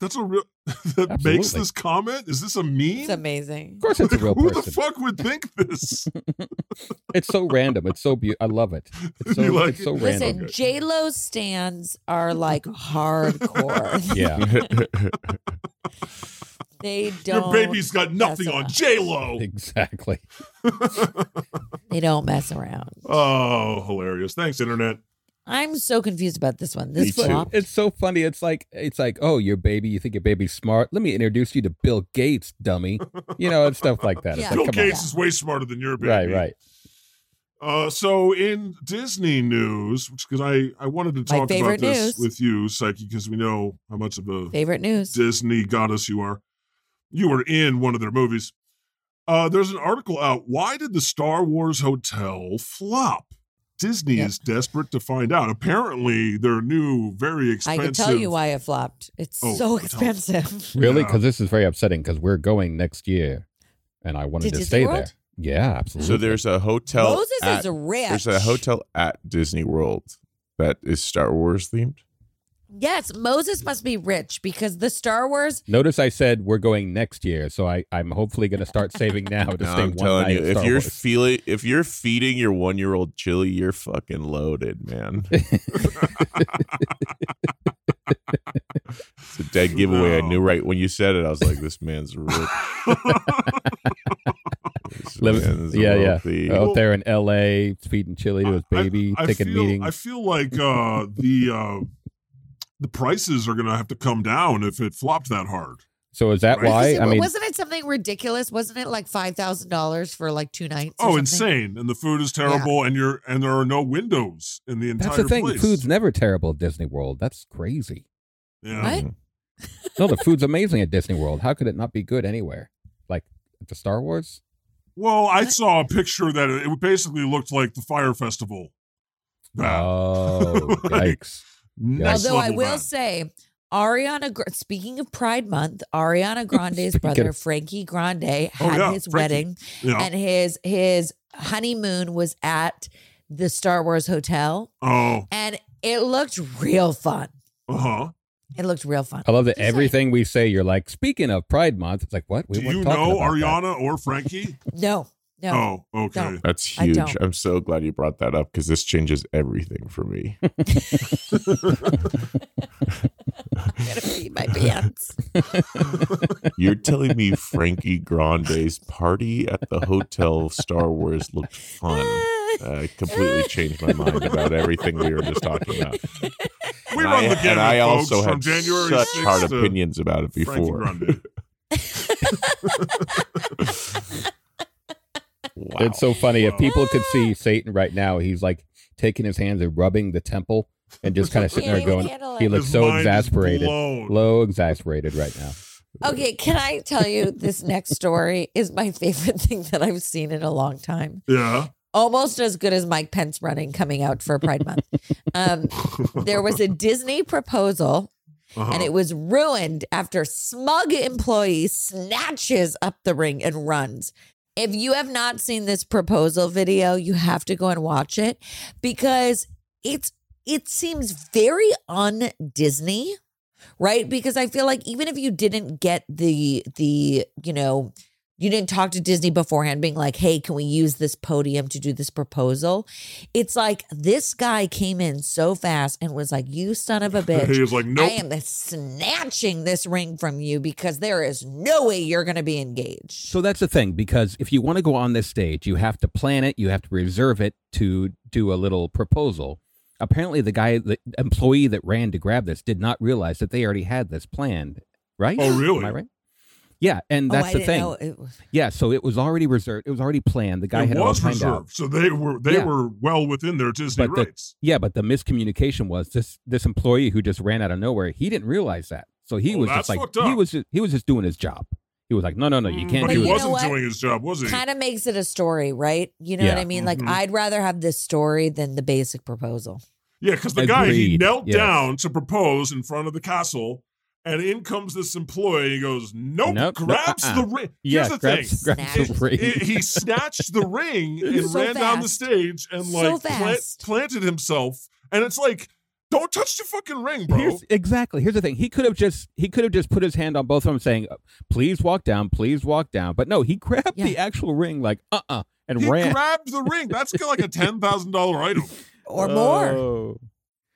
S2: That's a real that makes
S3: Absolutely.
S2: this comment. Is this a meme?
S5: It's amazing.
S3: Of course, it's a real
S2: Who the
S3: person.
S2: fuck would think this?
S3: It's so random. It's so beautiful. I love it. It's so,
S2: You like
S3: it's so
S2: it?
S3: random.
S5: Listen, J Lo stands are like hardcore.
S3: Yeah.
S4: it.
S5: They don't.
S2: Your baby's got nothing
S5: mess
S2: on
S5: around.
S2: J Lo.
S3: Exactly.
S5: They don't mess around.
S2: Oh, hilarious! Thanks, internet.
S5: I'm so confused about this one. This
S4: Me too.
S5: flop.
S3: It's so funny. It's like it's like oh, your baby. You think your baby's smart? Let me introduce you to Bill Gates, dummy. You know, and stuff like that. It's
S5: Yeah.
S3: like,
S2: Bill
S3: Oh, come
S2: Gates
S5: Yeah.
S2: is way smarter than your
S3: on.
S2: baby.
S3: Right. Right.
S2: Uh, so in Disney news, because I I wanted to
S5: My
S2: talk about
S5: favorite
S2: this
S5: news.
S2: with you, Psyche, because we know how much of a
S5: Favorite news.
S2: Disney goddess you are. You were in one of their movies. Uh, there's an article out. Why did the Star Wars Hotel flop? Disney
S5: Yep.
S2: is desperate to find out. Apparently, their new, very
S5: I
S2: expensive.
S5: can tell you why it flopped. It's
S2: Oh, tell-
S5: so expensive.
S3: Really?
S2: Yeah.
S3: Because this is very upsetting. Because we're going next year, and I wanted
S5: To
S3: to,
S5: Disney
S3: stay
S5: World?
S3: there. Yeah, absolutely.
S4: so there's a hotel.
S5: Moses
S4: at-
S5: is rich.
S4: There's a hotel at Disney World that is Star Wars themed.
S5: Yes, Moses must be rich because the Star Wars.
S3: Notice I said we're going next year, so I, I'm hopefully going to start saving now to
S4: No,
S3: stay
S4: I'm
S3: one
S4: telling
S3: night
S4: you,
S3: at
S4: if
S3: Star
S4: you're
S3: Wars.
S4: feeling, if you're feeding your one year old chili, you're fucking loaded, man. it's a dead giveaway. I
S2: No.
S4: knew right when you said it. I was like, this man's rich. This
S3: Let me-
S4: man's
S3: yeah, Oh, yeah.
S4: wealthy.
S3: out there in L.A. feeding chili to his
S2: I- I-
S3: baby,
S2: I
S3: taking
S2: feel,
S3: meetings.
S2: I feel like uh, the uh, the prices are going to have to come down if it flopped that hard.
S3: so is that
S2: Right.
S3: why?
S5: Wasn't
S3: I
S5: it-
S3: mean,
S5: wasn't it something ridiculous? Wasn't it like five thousand dollars for like two nights? or
S2: Oh,
S5: something?
S2: insane! And the food is terrible, and you're and there are no windows in the entire
S3: that's the thing.
S2: place.
S3: Food's never terrible at Disney World. That's crazy.
S2: yeah.
S5: What?
S3: No, the food's amazing at Disney World. How could it not be good anywhere? Like at the Star Wars?
S2: Well, I saw a picture that it basically looked like the fire festival. Bad.
S3: Oh,
S2: Like,
S3: yikes.
S2: Next
S5: Although I
S2: level
S5: will
S2: bad.
S5: say, Ariana. Gr- Speaking of Pride Month, Ariana Grande's
S3: Speaking
S5: brother
S3: of- Oh,
S5: Frankie Grande had
S2: yeah,
S5: his
S2: Frankie.
S5: wedding,
S2: yeah.
S5: and his his honeymoon was at the Star Wars hotel,
S2: oh,
S5: and it looked real fun.
S2: uh huh.
S5: It looked real fun.
S3: I love that
S5: Just like-
S3: everything we say, you're like, speaking of Pride Month, it's like, what? We
S2: Do
S3: weren't
S2: you
S3: talking
S2: know
S3: about that."
S2: Ariana or Frankie?
S5: No, no.
S2: Oh, okay.
S4: That's
S5: I
S4: huge.
S5: don't.
S4: I'm so glad you brought that up because this changes everything for me.
S5: I'm gonna pee my pants.
S4: You're telling me Frankie Grande's party at the hotel Star Wars looked fun. Uh, it completely changed my mind about everything we were just talking about.
S2: We
S4: and
S2: run
S4: I,
S2: the gamut,
S4: and I
S2: folks,
S4: also
S2: from
S4: had
S2: January
S4: such
S2: 6th
S4: hard
S2: to
S4: opinions about it
S2: Frankie
S4: before.
S2: Grande.
S4: Wow.
S3: It's so funny. If
S2: Wow.
S3: people could see Satan right now, he's like taking his hands and rubbing the temple and just kind of sitting
S5: Can't
S3: there
S5: even
S3: going,
S5: handle
S3: he
S5: it.
S3: looks
S2: His
S3: so
S2: mind is
S3: exasperated.
S2: blown.
S3: Low exasperated right now.
S5: Okay, can I tell you this next story is my favorite thing that I've seen in a long time.
S2: Yeah.
S5: Almost as good as Mike Pence running coming out for Pride Month. Um, there was a Disney proposal
S2: Uh-huh.
S5: and it was ruined after smug employee snatches up the ring and runs. If you have not seen this proposal video, you have to go and watch it because it's it seems very un Disney, right? Because I feel like even if you didn't get the the, you know, you didn't talk to Disney beforehand being like, "Hey, can we use this podium to do this proposal?" It's like this guy came in so fast and was like, "You son of a bitch."
S2: he was like, nope.
S5: I am snatching this ring from you because there is no way you're going to be engaged.
S3: So that's the thing, because if you want to go on this stage, you have to plan it, you have to reserve it to do a little proposal. Apparently, the guy, the employee that ran to grab this, did not realize that they already had this planned, right?
S2: Oh, really?
S3: Am I right? Yeah, and
S5: oh,
S3: that's
S5: I
S3: the
S5: didn't
S3: thing.
S5: Know it was-
S3: Yeah, so it was already reserved. It was already planned. The guy
S2: it
S3: had
S2: was
S3: it all timed
S2: reserved,
S3: out.
S2: so they were they
S3: Yeah.
S2: were well within their Disney
S3: But the-
S2: rights.
S3: Yeah, but the miscommunication was this this employee who just ran out of nowhere. He didn't realize that, so he
S2: Oh,
S3: was
S2: that's
S3: just like
S2: fucked
S3: he
S2: up.
S3: was just, he was just doing his job. He was like, no, no, no, you can't
S2: but
S3: do
S2: he
S5: Mm. you know
S3: this.
S2: wasn't
S5: what?
S2: doing his job, was he?
S5: Kind of makes it a story, right? You know what
S3: Yeah.
S5: I mean?
S2: Mhm.
S5: Like, I'd rather have this story than the basic proposal.
S2: yeah, because the guy he
S3: Agreed,
S2: knelt
S3: yes.
S2: down to propose in front of the castle, and in comes this employee. He goes, nope,
S3: Nope, nope,
S2: grabs
S3: uh-uh.
S2: the ring. Here's
S3: Yeah,
S2: the
S3: grabs,
S2: thing.
S3: grabs the
S5: Snatched.
S3: ring.
S2: It- he snatched the ring and
S5: So
S2: ran down the
S5: fast.
S2: stage and
S5: So
S2: like plant,
S5: fast.
S2: planted himself. And it's like, don't touch the fucking ring, bro.
S3: Here's, exactly. Here's the thing. He could have just he could have just put his hand on both of them, saying, uh, "Please walk down, please walk down." But no, he grabbed
S5: Yeah.
S3: the actual ring, like uh uh, and
S2: he
S3: ran
S2: grabbed the ring. That's like a ten thousand dollar item.
S5: Or
S2: Uh,
S5: more.
S3: Oh.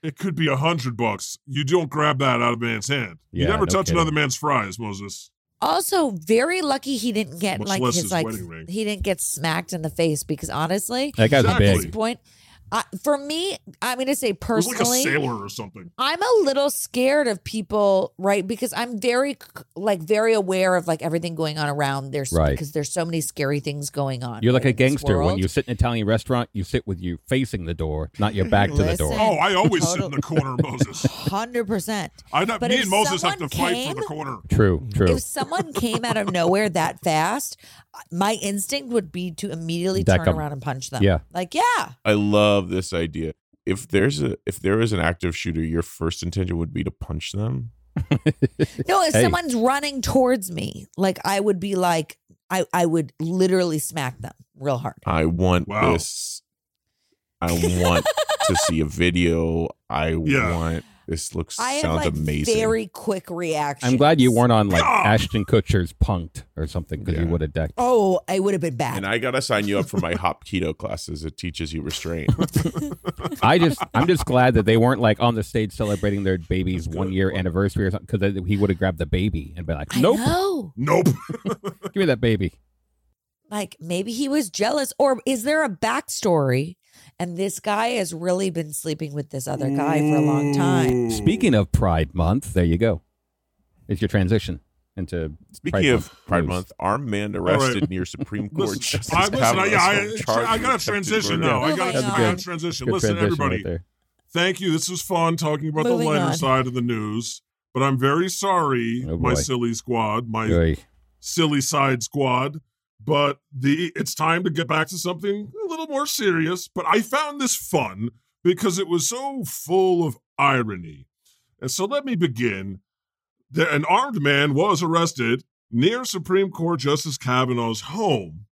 S2: It could be a hundred bucks. You don't grab that out of a man's hand. you
S3: Yeah,
S2: never
S3: no
S2: touch
S3: kidding.
S2: another man's fries, Moses.
S5: Also, very lucky he didn't get
S2: Much
S5: like
S2: less
S5: his,
S2: his
S5: like,
S2: wedding ring.
S5: he didn't get smacked in the face because honestly,
S3: That guy's
S5: at this
S2: Exactly.
S3: big.
S5: point, I, for me, I'm going to say
S2: It was like a
S5: personally,
S2: sailor or something.
S5: I'm a little scared of people, right? Because I'm very, c- like, very aware of like everything going on around. There's
S3: Right.
S5: because there's so many scary things going on.
S3: You're like
S5: right,
S3: a
S5: in this
S3: gangster when
S5: world.
S3: you sit in an Italian restaurant. You sit with you facing the door, not your back to the door.
S5: Listen.
S2: Oh, I always sit in
S5: Total-
S2: the corner, Moses.
S5: hundred percent.
S2: I not,
S5: But
S2: me
S5: if
S2: and Moses have to
S5: someone
S2: fight for the
S5: came-
S2: corner.
S3: True, true.
S5: If someone came out of nowhere that fast, my instinct would be to immediately
S3: Deck
S5: turn
S3: 'em.
S5: around and punch them.
S3: Yeah.
S5: like yeah,
S4: I love this idea. If there's a if there is an active shooter, your first intention would be to punch them.
S5: no. If
S3: Hey.
S5: someone's running towards me, like I would be like, I I would literally smack them real hard.
S4: I want
S2: Wow.
S4: this. I want to see a video. I
S2: Yeah.
S4: want This looks
S5: I had
S4: sounds
S5: like
S4: amazing.
S5: very quick reaction.
S3: I'm glad you weren't on like
S5: Ah!
S2: Yeah.
S3: Ashton Kutcher's punked or something because you
S4: Yeah.
S3: would have decked.
S5: Oh, I would have been bad.
S4: and I gotta sign you up for my hop keto classes. It teaches you restraint.
S3: I just, I'm just glad that they weren't like on the stage celebrating their baby's one year anniversary or something because he would have grabbed the baby and been like,
S5: I
S3: nope,
S5: know.
S2: Nope.
S3: give me that baby.
S5: Like maybe he was jealous, or is there a backstory? And this guy has really been sleeping with this other guy for a
S3: Mm,
S5: long time.
S3: Speaking of Pride Month, there you go. It's your transition into
S4: Speaking
S3: Pride
S4: of
S3: Month
S4: Pride
S3: news.
S4: Month, armed man
S2: right.
S4: arrested near Supreme Court
S2: Listen,
S4: Justice
S2: I, listen, I,
S4: Kavanaugh
S2: I,
S4: on charge
S2: I, got
S4: of attempted
S2: to transition
S4: murder.
S2: now. I
S5: Oh
S2: got
S5: my
S2: I
S5: God.
S2: got to transition.
S3: good
S2: Listen,
S3: transition
S2: everybody,
S3: right there.
S2: thank you. This was fun talking about
S5: Moving
S2: the lighter
S5: on.
S2: side of the news, but I'm very sorry,
S3: Oh,
S2: my
S3: boy.
S2: silly squad, my
S3: Oy.
S2: silly side squad. But the it's time to get back to something a little more serious. But I found this fun because it was so full of irony. And so let me begin. There, an armed man was arrested near Supreme Court Justice Kavanaugh's home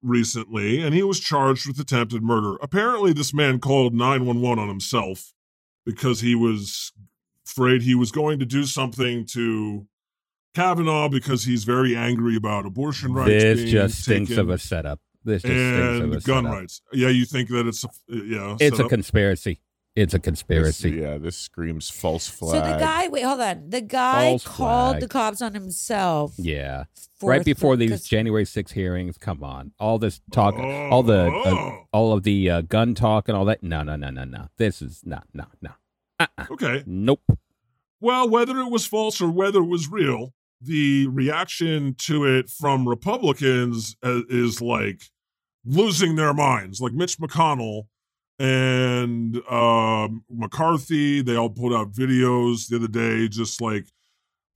S2: recently, and he was charged with attempted murder. Apparently, this man called 911 on himself because he was afraid he was going to do something to Kavanaugh because he's very angry about abortion rights.
S3: This
S2: being
S3: just stinks
S2: taken
S3: of a setup. This just stinks of a
S2: And gun
S3: setup.
S2: rights. Yeah, you think that it's a, yeah.
S3: It's a
S2: setup.
S3: conspiracy. It's a
S4: This,
S3: conspiracy.
S4: yeah, this screams false
S5: So
S4: flag.
S5: the guy, wait, hold on. The guy
S3: False
S5: called
S3: flag.
S5: the cops on himself.
S3: Yeah.
S5: for
S3: right before
S5: th-
S3: these
S5: 'cause-
S3: January 6 hearings. Come on. All this talk, all the uh,
S2: Oh.
S3: all of the uh, gun talk and all that. No, no, no, no, no. This is not no, no.
S2: okay.
S3: Nope.
S2: Well, whether it was false or whether it was real, the reaction to it from Republicans uh, is like losing their minds. Like Mitch McConnell and um, McCarthy, they all put out videos the other day, just like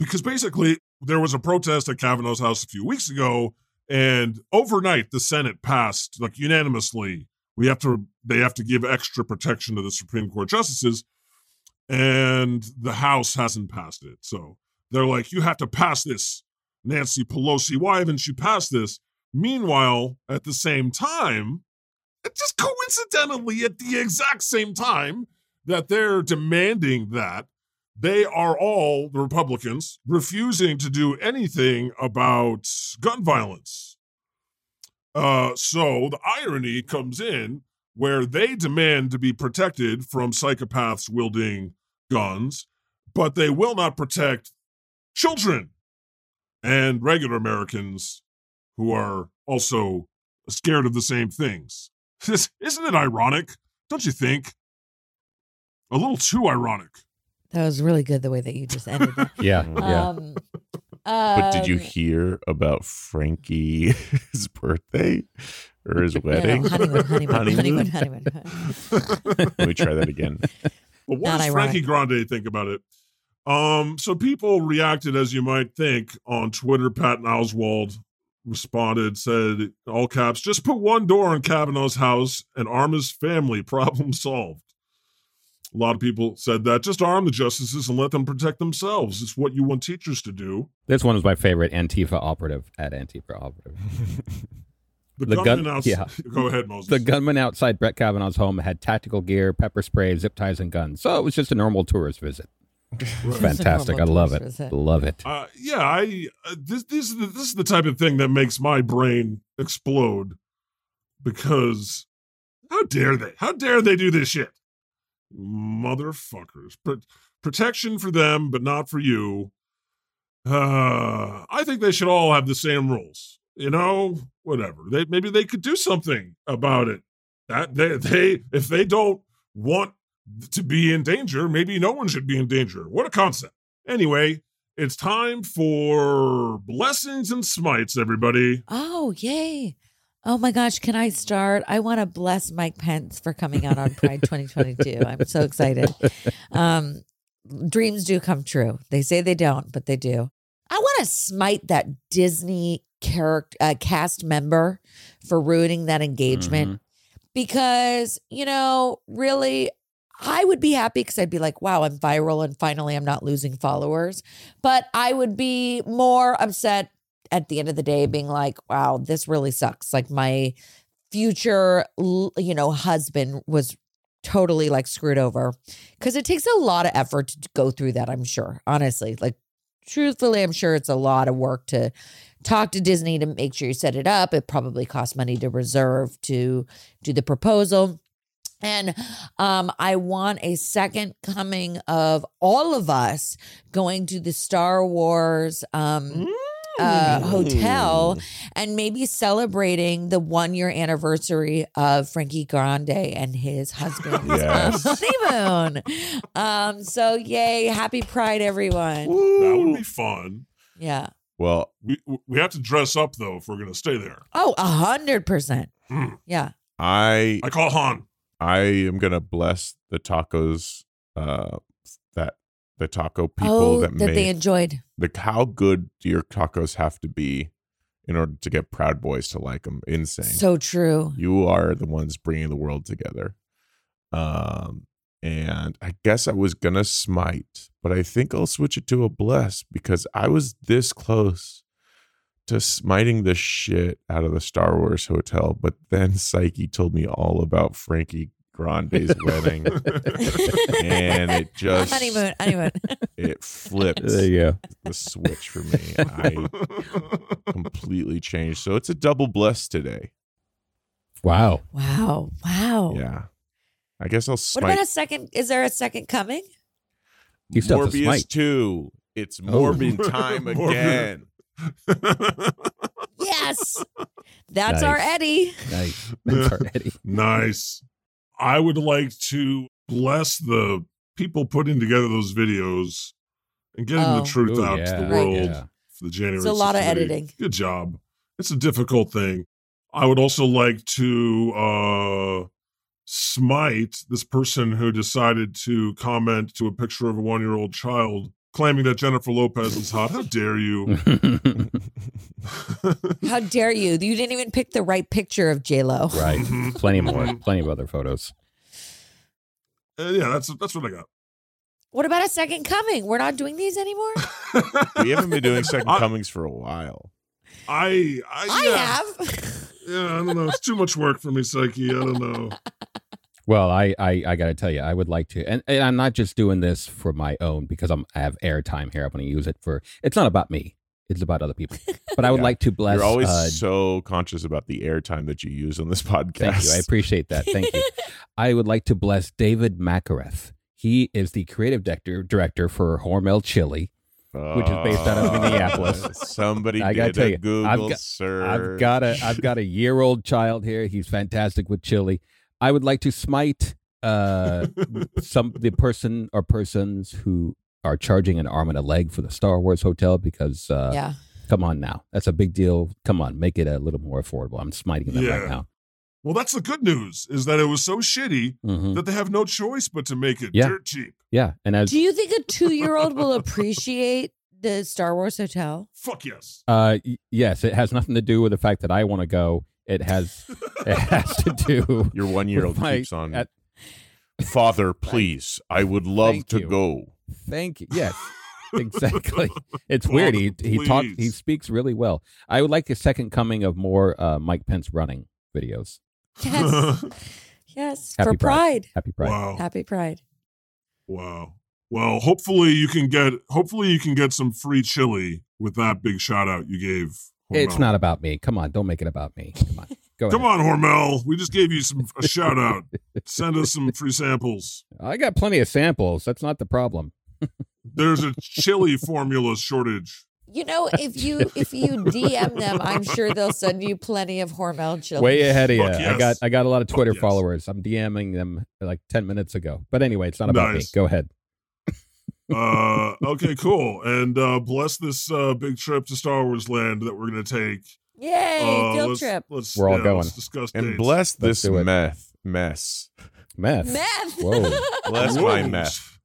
S2: because basically there was a protest at Kavanaugh's house a few weeks ago, and overnight the Senate passed like unanimously. We have to they have to give extra protection to the Supreme Court justices and the House hasn't passed it. So they're like, you have to pass this, Nancy Pelosi. Why haven't you passed this? Meanwhile, at the same time, and just coincidentally at the exact same time that they're demanding that, they are all, the Republicans, refusing to do anything about gun violence. Uh, so the irony comes in where they demand to be protected from psychopaths wielding guns, but they will not protect children and regular Americans who are also scared of the same things. Isn't it ironic? Don't you think? A little too ironic.
S5: that was really good the way that you just ended that.
S3: Yeah. Yeah.
S5: Um,
S4: But did you
S5: um,
S4: hear about Frankie's birthday or his
S5: no, no,
S4: wedding?
S5: honeymoon, honeymoon, honeymoon,
S4: Honeymoon?
S5: honeymoon, honeymoon.
S4: Let me try that again.
S2: But what
S5: Not
S2: does
S5: ironic.
S2: Frankie Grande think about it? Um, so people reacted as you might think on Twitter. Patton Oswald responded, said all caps, just put one door on Kavanaugh's house and arm his family. Problem solved. A lot of people said that. Just arm the justices and let them protect themselves. It's what you want teachers to do.
S3: This one was my favorite Antifa operative at Antifa operative.
S2: The,
S3: The gun-
S2: gunman outs-
S3: yeah.
S2: Go ahead, Moses.
S3: The gunman outside Brett Kavanaugh's home had tactical gear, pepper spray, zip ties, and guns. So it was just a normal tourist visit.
S2: Right.
S3: Fantastic. I
S5: normal
S3: love it.
S5: tourist visit.
S3: Love it.
S2: Uh, yeah, I uh, this this is the, this is the type of thing that makes my brain explode because how dare they? How dare they do this shit? Motherfuckers. Pro- protection for them but not for you. Uh, I think they should all have the same rules. You know, whatever. They maybe they could do something about it. That they they if they don't want to be in danger, maybe no one should be in danger. What a concept. Anyway, it's time for blessings and smites, everybody.
S5: Oh, yay. Oh my gosh, can I start? I want to bless Mike Pence for coming out on Pride 2022. I'm so excited. Um, dreams do come true. They say they don't, but they do. I want to smite that Disney character uh, cast member for ruining that
S3: Mm-hmm.
S5: engagement because, you know, really I would be happy because I'd be like, wow, I'm viral and finally I'm not losing followers. But I would be more upset at the end of the day being like, wow, this really sucks. Like my future, l- you know, husband was totally like screwed over because it takes a lot of effort to go through that, I'm sure. Honestly, like truthfully, I'm sure it's a lot of work to talk to Disney to make sure you set it up. It probably costs money to reserve, to do the proposal. And um, I want a second coming of all of us going to the Star Wars um, uh, hotel and maybe celebrating the one year anniversary of Frankie Grande and his husband's
S4: Yes.
S5: um, honeymoon. um, so, yay. Happy Pride, everyone.
S2: That would
S4: Woo.
S2: be fun.
S5: Yeah.
S4: Well,
S2: We we have to dress up though if we're gonna stay there.
S5: Oh, a 100%.
S4: Hmm.
S2: Mm.
S5: Yeah.
S4: I
S2: I call Han.
S4: I am gonna bless the tacos uh that the taco people
S5: oh,
S4: that,
S5: that
S4: made
S5: they enjoyed.
S4: the how good do your tacos have to be in order to get Proud Boys to like them? Insane.
S5: So true.
S4: you are the ones bringing the world together. Um, and I guess I was gonna smite, but I think I'll switch it to a bless because I was this close to smiting the shit out of the Star Wars hotel, but then Psyche told me all about Frankie Grande's wedding, and it just
S5: honeymoon, honeymoon.
S4: it flipped
S3: Mm-hmm. There you go.
S4: the switch for me. I completely changed. So it's a double bless today.
S3: Wow.
S5: wow, wow.
S4: Yeah. I guess I'll
S5: Oh. What
S4: smite.
S5: about a second? Is there a second coming?
S3: You still have to
S4: Morbius
S3: smite.
S4: two. It's
S3: Oh.
S4: Morbin time
S2: Morbin.
S4: again.
S5: Yes,
S3: Nice.
S5: that's our Eddie.
S3: Nice. That's already.
S2: nice. I would like to bless the people putting together those videos and getting
S5: Oh.
S2: the truth
S3: Ooh,
S2: out to the
S3: yeah,
S2: world
S3: yeah.
S2: for the January.
S5: It's a lot of
S2: Sixth Day.
S5: editing.
S2: Good job. It's a difficult thing. I would also like to uh smite this person who decided to comment to a picture of a one-year-old child claiming that Jennifer Lopez is hot. How dare you?
S5: How dare you? You didn't even pick the right picture of J Lo.
S3: right.
S2: Mm-hmm.
S3: Plenty more. Plenty of other photos.
S2: Uh, yeah, that's that's what I got.
S5: What about a second coming? We're not doing these anymore.
S4: we haven't been doing second
S2: I-
S4: comings for a while.
S2: I I,
S5: I
S2: yeah,
S5: have.
S2: Yeah, I don't know. It's too much work for me, Psyche. I don't know.
S3: Well, I, I, I got to tell you, I would like to, and, and I'm not just doing this for my own because I'm I have airtime here. I'm going to use it for. It's not about me. It's about other people. But I would
S4: Yeah.
S3: like to bless.
S4: You're always
S3: uh,
S4: so conscious about the airtime that you use on this podcast.
S3: Thank you. I appreciate that. Thank you. I would like to bless David Macareth. He is the creative director director for Hormel Chili. Which is based out of
S4: Uh,
S3: Minneapolis.
S4: Somebody
S3: I gotta
S4: did
S3: tell
S4: a
S3: you, I've
S4: Google
S3: got-
S4: search.
S3: I've got a I've got a year old child here. He's fantastic with chili. I would like to smite uh some the person or persons who are charging an arm and a leg for the Star Wars hotel because uh
S5: yeah.
S3: come on now. That's a big deal. Come on, make it a little more affordable. I'm smiting them
S2: Yeah.
S3: right now.
S2: Well, that's the good news is that it was so shitty
S3: Mhm.
S2: that they have no choice but to make it
S3: Yeah.
S2: dirt cheap.
S3: Yeah. And as
S5: Do you think a two-year-old will appreciate the Star Wars hotel?
S2: Fuck yes.
S3: Uh, y- yes, it has nothing to do with the fact that I want to go. It has it has to do.
S4: Your one year old
S3: with my-
S4: keeps on.
S3: at-
S4: Father, please, I would love
S3: Thank
S4: to
S3: you.
S4: go.
S3: thank you. Yes, exactly. It's weird. He he
S2: Please.
S3: talks. He speaks really well. I would like a second coming of more uh, Mike Pence running videos.
S5: Yes. yes.
S3: Happy
S5: For pride.
S3: Happy Pride.
S2: Wow.
S5: Happy Pride.
S2: Wow. Well, hopefully you can get hopefully you can get some free chili with that big shout out you gave. Hormel.
S3: It's not about me. Come on, don't make it about me. Come on, go.
S2: Come
S3: ahead.
S2: on, Hormel. We just gave you some a shout out. Send us some free samples.
S3: I got plenty of samples. That's not the problem.
S2: There's a chili formula shortage.
S5: You know, if you if you DM them, I'm sure they'll send you plenty of Hormel chili.
S3: Way ahead of you.
S2: Fuck
S3: I
S2: yes.
S3: got I got a lot of Twitter
S2: yes.
S3: followers. I'm DMing them like ten minutes ago. But anyway, it's not about
S2: Nice.
S3: me. Go ahead.
S2: uh okay cool and uh bless this uh big trip to star wars land that we're gonna take
S5: Yay,
S2: uh,
S5: field
S2: let's,
S5: trip.
S2: let's
S3: We're all
S2: yeah,
S3: going.
S2: let's discuss
S4: And
S2: dates.
S4: bless
S3: Let's
S4: this
S3: do it.
S4: meth mess.
S3: Meth.
S5: Meth.
S3: Whoa.
S4: Bless
S2: Whoa.
S4: my meth.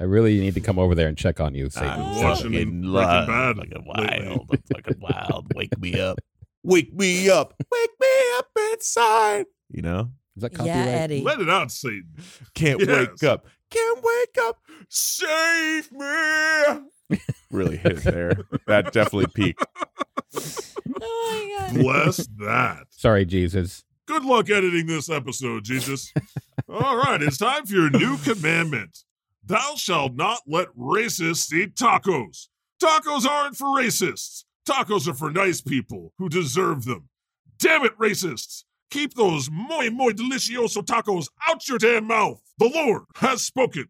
S3: I really need to come over there and check on you, Satan.
S5: I'm
S3: So-
S2: watching Breaking love. Bad Fucking lately. wild.
S4: I'm fucking wild. Wake me up. Wake me up. Wake me up inside. You know?
S3: Is that
S5: yeah,
S3: copyright?
S5: Eddie.
S2: let it out satan
S4: Can't
S2: Yes.
S4: wake up. Can't wake up. Save me. really hit it there. That definitely peaked.
S5: Oh my god.
S2: bless that
S3: Sorry, Jesus.
S2: good luck editing this episode jesus All right, it's time for your new commandment. Thou shalt not let racists eat tacos. Tacos aren't for racists. Tacos are for nice people who deserve them. Damn it, racists! Keep those muy, muy delicioso tacos out your damn mouth. The Lord has spoken.